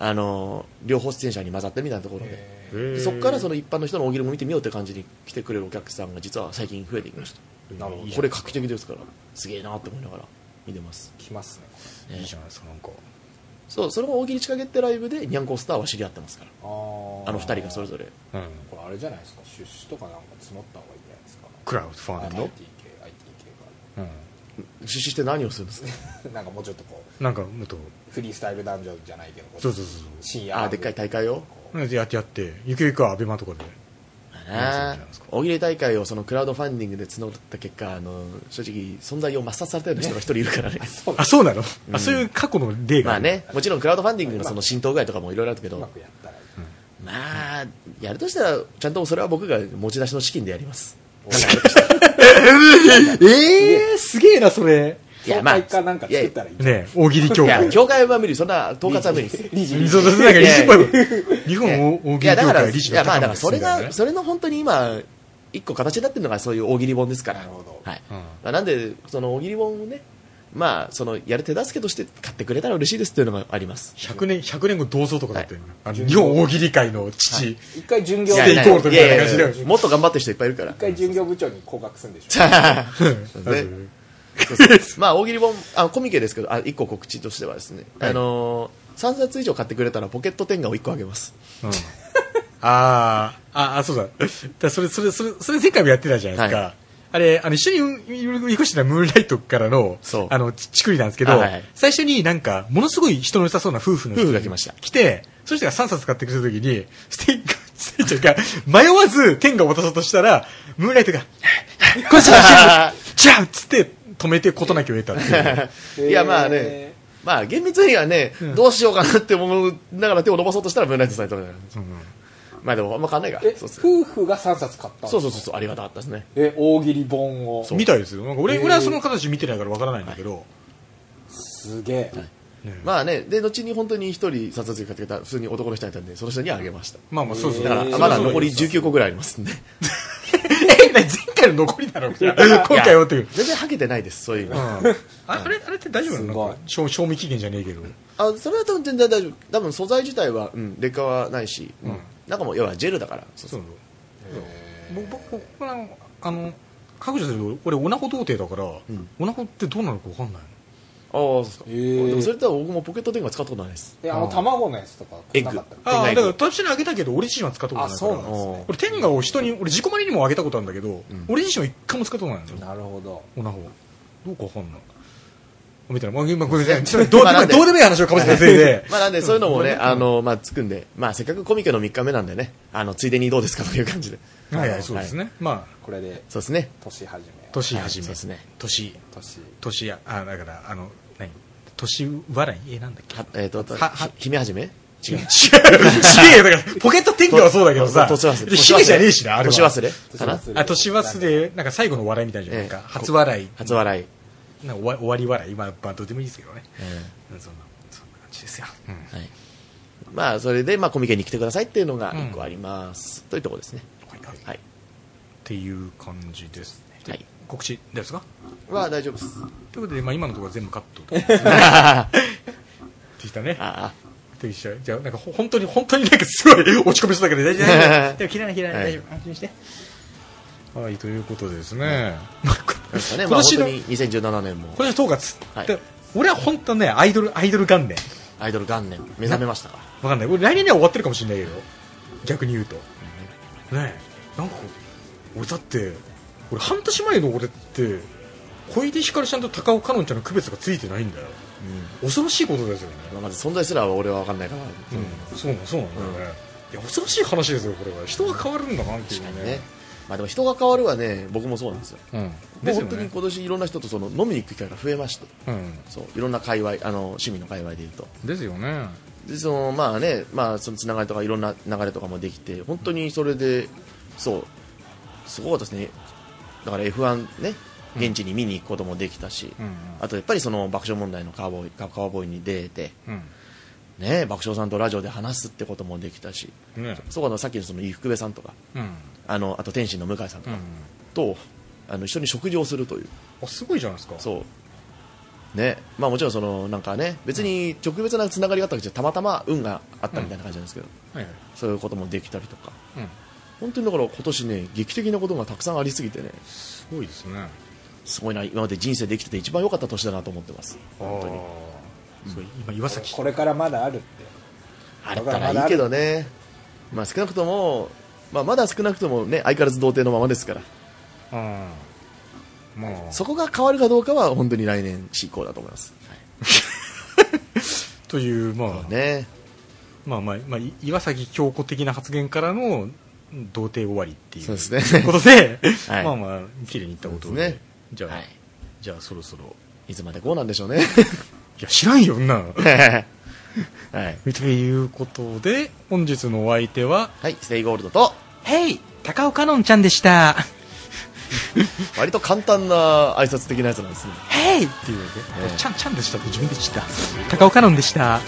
Speaker 2: あの両方出演者に混ざってるみたいなところで
Speaker 3: へ
Speaker 1: よ。
Speaker 2: でそこからその一般の人の大喜利も見てみようって感じに来てくれるお客さんが実は最近増えてきました
Speaker 1: なるほど。
Speaker 2: これ画期的ですからすげえなと思いながら見てます
Speaker 3: ー来ますね
Speaker 2: [LAUGHS]
Speaker 1: いいじゃないですか、なんか。
Speaker 2: そうそれも大喜利仕掛けってライブでにゃんこスターは知り合ってますから
Speaker 3: あー
Speaker 2: あの二人がそれぞれ
Speaker 1: うん。
Speaker 3: これあれじゃないですか出資とかなんか募った方がいいんじゃないですか
Speaker 1: クラウドファン
Speaker 3: IT
Speaker 1: ド。
Speaker 3: 系 IT
Speaker 1: うん
Speaker 2: 出資して何をするんですか
Speaker 3: 系がなんかもうちょっとこ
Speaker 1: なんか、もっと、
Speaker 3: うフリースタイルダンジョンじゃないけど
Speaker 1: そうそうそう
Speaker 3: 深夜
Speaker 2: あーでっかい大会を
Speaker 1: そう。やってやって、ゆくゆくはアベマとかで。
Speaker 2: あー大喜利大会をそのクラウドファンディングで募った結果あの正直存在を抹殺されたような人が一人いるからね
Speaker 3: そう
Speaker 1: あ、そうなのあ、そういう過去の例が。
Speaker 2: [LAUGHS] まあ。ね、もちろんクラウドファンディングのその浸透具合とかもいろいろあるけ
Speaker 3: うま
Speaker 2: ど、
Speaker 3: くやったらいい
Speaker 2: まあ、やるとしたら、ちゃんとそれは僕が持ち出しの資金でやります。
Speaker 1: ええすげえな、それ。
Speaker 2: いや、まあ、い
Speaker 3: 協会かなんか作ったらいいんじゃない
Speaker 1: ね大喜利協
Speaker 2: や、
Speaker 1: 会。
Speaker 2: 協会は無理、そんな、統括は無
Speaker 1: [LAUGHS]
Speaker 2: 理です。
Speaker 3: 理事理事
Speaker 1: そうそうそうなんか理事っぽいもん。日
Speaker 2: いや
Speaker 1: 本大
Speaker 2: い
Speaker 1: 喜利
Speaker 2: や、
Speaker 1: 協
Speaker 2: だから、
Speaker 1: 会理
Speaker 2: い
Speaker 1: 事
Speaker 2: や、
Speaker 1: の
Speaker 2: まあ、だ
Speaker 1: 高松
Speaker 2: から、それ
Speaker 1: みたいな
Speaker 2: が、
Speaker 1: ね
Speaker 2: それの本当に今、一個形になってるのがそういう大喜利本ですから。
Speaker 3: なるほど
Speaker 2: はい。
Speaker 1: うん
Speaker 2: まあなんで、その大喜利本をね、まあ、その、やる手助けとして買ってくれたら嬉しいですっていうのもあります。
Speaker 1: 100年、100年後銅像とかだって、あの
Speaker 3: 順
Speaker 1: 日本大喜利会の父、
Speaker 3: 一回巡業
Speaker 1: し
Speaker 2: い
Speaker 3: 一
Speaker 2: や
Speaker 1: ていこうとみたいな感じだよ
Speaker 2: ややもっと頑張ってる人いっぱいいるから。
Speaker 3: 回巡業部長に降格するんでし
Speaker 2: [LAUGHS]
Speaker 3: ょ
Speaker 1: だって
Speaker 2: ねそうそう [LAUGHS] まあ大喜利本あコミケですけどあ1個告知としてはですね、
Speaker 1: はい
Speaker 2: あのー、3冊以上買ってくれたらポケット天下を1個あげます
Speaker 1: うん、あーあ、あ、そうだ。だからそれ、それ、それ、それ前回もやってたじゃないですか。
Speaker 2: は
Speaker 1: あれ、あの、一緒に見越してたムーンライトからの
Speaker 2: そう、
Speaker 1: あの、ちちくりなんですけど、
Speaker 2: あはいはい
Speaker 1: 最初になんか、ものすごい人の良さそうな夫婦の人
Speaker 2: 夫婦が来ました
Speaker 1: 来て、そしてが3冊買ってくれた時に、ステイク、ステイちゃんが、迷わず天下を渡そうとしたら、ムーンライトが、こっちだじゃあっつって、止めて事なきを得たっていう。
Speaker 2: いやまあねまあ厳密にはね、どうしようかなって思うながら手を伸ばそうとしたらムーンライトさんとか
Speaker 1: うん
Speaker 2: まあでもあんま変わんないから
Speaker 3: え
Speaker 2: そうっす
Speaker 3: 夫婦が3冊買ったんですか
Speaker 2: そうそうそうそうありがたかったですね
Speaker 3: え大喜利本を
Speaker 1: みたいですよ。なんか俺、
Speaker 3: へー
Speaker 1: 俺はその形見てないからわからないんだけど。
Speaker 3: すげえ
Speaker 1: ね
Speaker 2: まあねで後に本当に1人3冊以上買ってくれた普通に男の人がいたんでその人にはあげました
Speaker 1: まあまあ、そうですね
Speaker 2: だか
Speaker 3: へ
Speaker 2: ら
Speaker 3: ー
Speaker 2: まだ残り19個ぐらいありますんで
Speaker 1: え、前回の残りだろ、今回はっていう。
Speaker 2: 全然はけてないですそういう意味で
Speaker 1: ああれ、あれって大丈夫なのなんか賞賞味期限じゃねえけど。
Speaker 2: あそれは多分全然大丈夫多分素材自体は、うん、劣化はないし、うん
Speaker 1: うん
Speaker 2: 中も要はジェルだからそう
Speaker 1: そう
Speaker 2: そう
Speaker 1: そう。僕、僕、僕は、あの、各自で俺、オナホ童貞だから、
Speaker 2: ん
Speaker 1: オナホってどうなのかわかんない
Speaker 2: ああそう
Speaker 3: へー
Speaker 2: でもそれとは僕もポケット電話使ったことないです
Speaker 3: えあの卵のやつとか買わなかった
Speaker 2: エッグ
Speaker 1: ああ、
Speaker 2: 天
Speaker 1: だか
Speaker 2: 下行
Speaker 1: ら、
Speaker 2: く
Speaker 1: 途中にあげたけど、俺自身は使ったことないか
Speaker 3: あ
Speaker 1: ら。
Speaker 3: そうなんです
Speaker 2: ね
Speaker 1: 俺、天下を人に、俺、自己マリにもあげたことあるんだけど、
Speaker 2: ん
Speaker 1: 俺自身は一回も使ったことないのよ。
Speaker 3: なるほど
Speaker 1: オナホ。どうかわかんない。みたいな。まあ、今、ごめんなさい。ちょっとどう
Speaker 2: まあなんで
Speaker 1: どうでもいい話をかぶせたせいで。
Speaker 2: [LAUGHS] まあなんでそういうのもね、
Speaker 1: うん
Speaker 2: あの、まあつくんで、まあせっかくコミケの3日目なんでね、あの、ついでにどうですかという感じで。
Speaker 1: はいはい、そうですね。まあ、
Speaker 3: これで
Speaker 2: そうですね。
Speaker 3: 年始め
Speaker 1: 年始め。
Speaker 2: そうですね
Speaker 1: 年。
Speaker 3: 年
Speaker 1: 年や、あ、だから、あの、何年笑いえ、なんだっけ
Speaker 2: はえっ、と、
Speaker 1: はは
Speaker 2: ひ姫はじめ違う。
Speaker 1: 違うよ、だから、ポケット天下はそうだけどさ、
Speaker 2: と [LAUGHS] 年忘れ。
Speaker 1: 姫じゃねえしな、あれは。
Speaker 2: 年忘れかな
Speaker 3: 年忘れ
Speaker 1: あ、年忘れ、なんか最後の笑いみたいじゃないなん
Speaker 2: え
Speaker 1: か、
Speaker 2: え
Speaker 1: 初笑い。
Speaker 2: 初笑い。
Speaker 1: なんか終わ終わり笑い。今、バンドでもいいですけどね。うんそんな、そんな感じですよ。うん
Speaker 2: はい。まあそれで、まあコミケに来てくださいっていうのが1個あります。というところですね。はい。
Speaker 1: っていう感じですね。
Speaker 2: はい
Speaker 1: 告知ですか
Speaker 2: は大丈夫 [LAUGHS] です。
Speaker 1: ということで、まあ、今のところは全部カットですね。でした
Speaker 2: [LAUGHS]
Speaker 1: ね。
Speaker 2: あ
Speaker 1: でしたじゃあ、なんかほ本当に、本当になんかすごい落ち込みそうだけど、大丈夫大丈夫。でも嫌いな嫌いな、
Speaker 2: はい
Speaker 1: 大丈夫。安心して。はい、ということでですね。まあこ
Speaker 2: あ、ですかね。
Speaker 1: 今
Speaker 2: まあ本
Speaker 1: 年の
Speaker 2: 当に2017年も
Speaker 1: 今年の統括、
Speaker 2: はい
Speaker 1: で俺は本当ね、アイドル、アイドル元年。
Speaker 2: アイドル元年目覚めましたから。
Speaker 1: わかんない。俺来年には終わってるかもしれないけど。逆に言うと。ねえ。なんか、俺だって、俺半年前の俺って、小出ひかるちゃんと高尾かのんちゃんの区別がついてないんだよ。恐ろしいことですよね。
Speaker 2: まあまず存在すら俺は分かんないから。
Speaker 1: うん、そうなんそうなんだよね、いや恐ろしい話ですよこれは人が変わるんだなっていう
Speaker 2: 確かに
Speaker 1: ね
Speaker 2: ね。まあでも人が変わるはね、僕もそうなんですよ。
Speaker 1: うん
Speaker 2: も
Speaker 1: で
Speaker 2: う
Speaker 1: すよ
Speaker 2: 本当に
Speaker 1: ね
Speaker 2: 今年いろんな人とその飲みに行く機会が増えまして、
Speaker 1: うん
Speaker 2: そういろんな界隈あの趣味の界隈でいうと。
Speaker 1: ですよね
Speaker 2: でそのまあね、まあそのつながりとかいろんな流れとかもできて、本当にそれで、そうすごかったですね。だから F1 ね、現地に見に行くこともできたし、
Speaker 1: うん
Speaker 2: あとやっぱりその爆笑問題のカーボーイ、カカーボーイに出て、
Speaker 1: うん
Speaker 2: ね、爆笑さんとラジオで話すってこともできたし、
Speaker 1: うんね
Speaker 2: そうかなさっきのその伊福部さんとか、
Speaker 1: うん
Speaker 2: あのあと天心の向井さんと
Speaker 1: うん
Speaker 2: かと、あの一緒に食事をするという。
Speaker 1: あすごいじゃないですか
Speaker 2: そうねまあ、もちろんそのなんか、ね、別に直別なつながりがあったわけじゃたまたま運があったみたいな感じなんですけど、
Speaker 1: はいはい
Speaker 2: そういうこともできたりとか
Speaker 1: うん
Speaker 2: 本当にだから今年ね劇的なことがたくさんありすぎてね
Speaker 1: すごいですね
Speaker 2: すごいな今まで人生できてて一番良かった年だなと思ってます本当に
Speaker 1: にそう今岩崎
Speaker 3: これからまだあるって
Speaker 2: あったらいいけどね、まあ、少なくとも、まあ、まだ少なくとも、ね、相変わらず童貞のままですから
Speaker 1: うんまあ
Speaker 2: そこが変わるかどうかは本当に来年以降だと思います、
Speaker 1: というまあ
Speaker 2: ね、
Speaker 1: まあまあまあい岩崎京子的な発言からの童貞終わりっていう
Speaker 2: そうですね
Speaker 1: ことで
Speaker 2: [LAUGHS] はい
Speaker 1: まあまあ綺麗にいったこと
Speaker 2: そうです
Speaker 1: で
Speaker 2: ね
Speaker 1: じゃ
Speaker 2: は
Speaker 1: あ
Speaker 2: い、
Speaker 1: じゃあそろそろ
Speaker 2: いつまでこうなんでしょうね [LAUGHS]
Speaker 1: いや知らんよんな
Speaker 2: はい、
Speaker 1: ということで、本日のお相手は、
Speaker 2: はい、ステイゴールドと
Speaker 1: ヘイ高岡のんちゃんでした
Speaker 2: 割と簡単な挨拶的なやつなんですね
Speaker 1: ヘイっていうので、ちゃんちゃんでしたって自分で知った。高岡のんでした。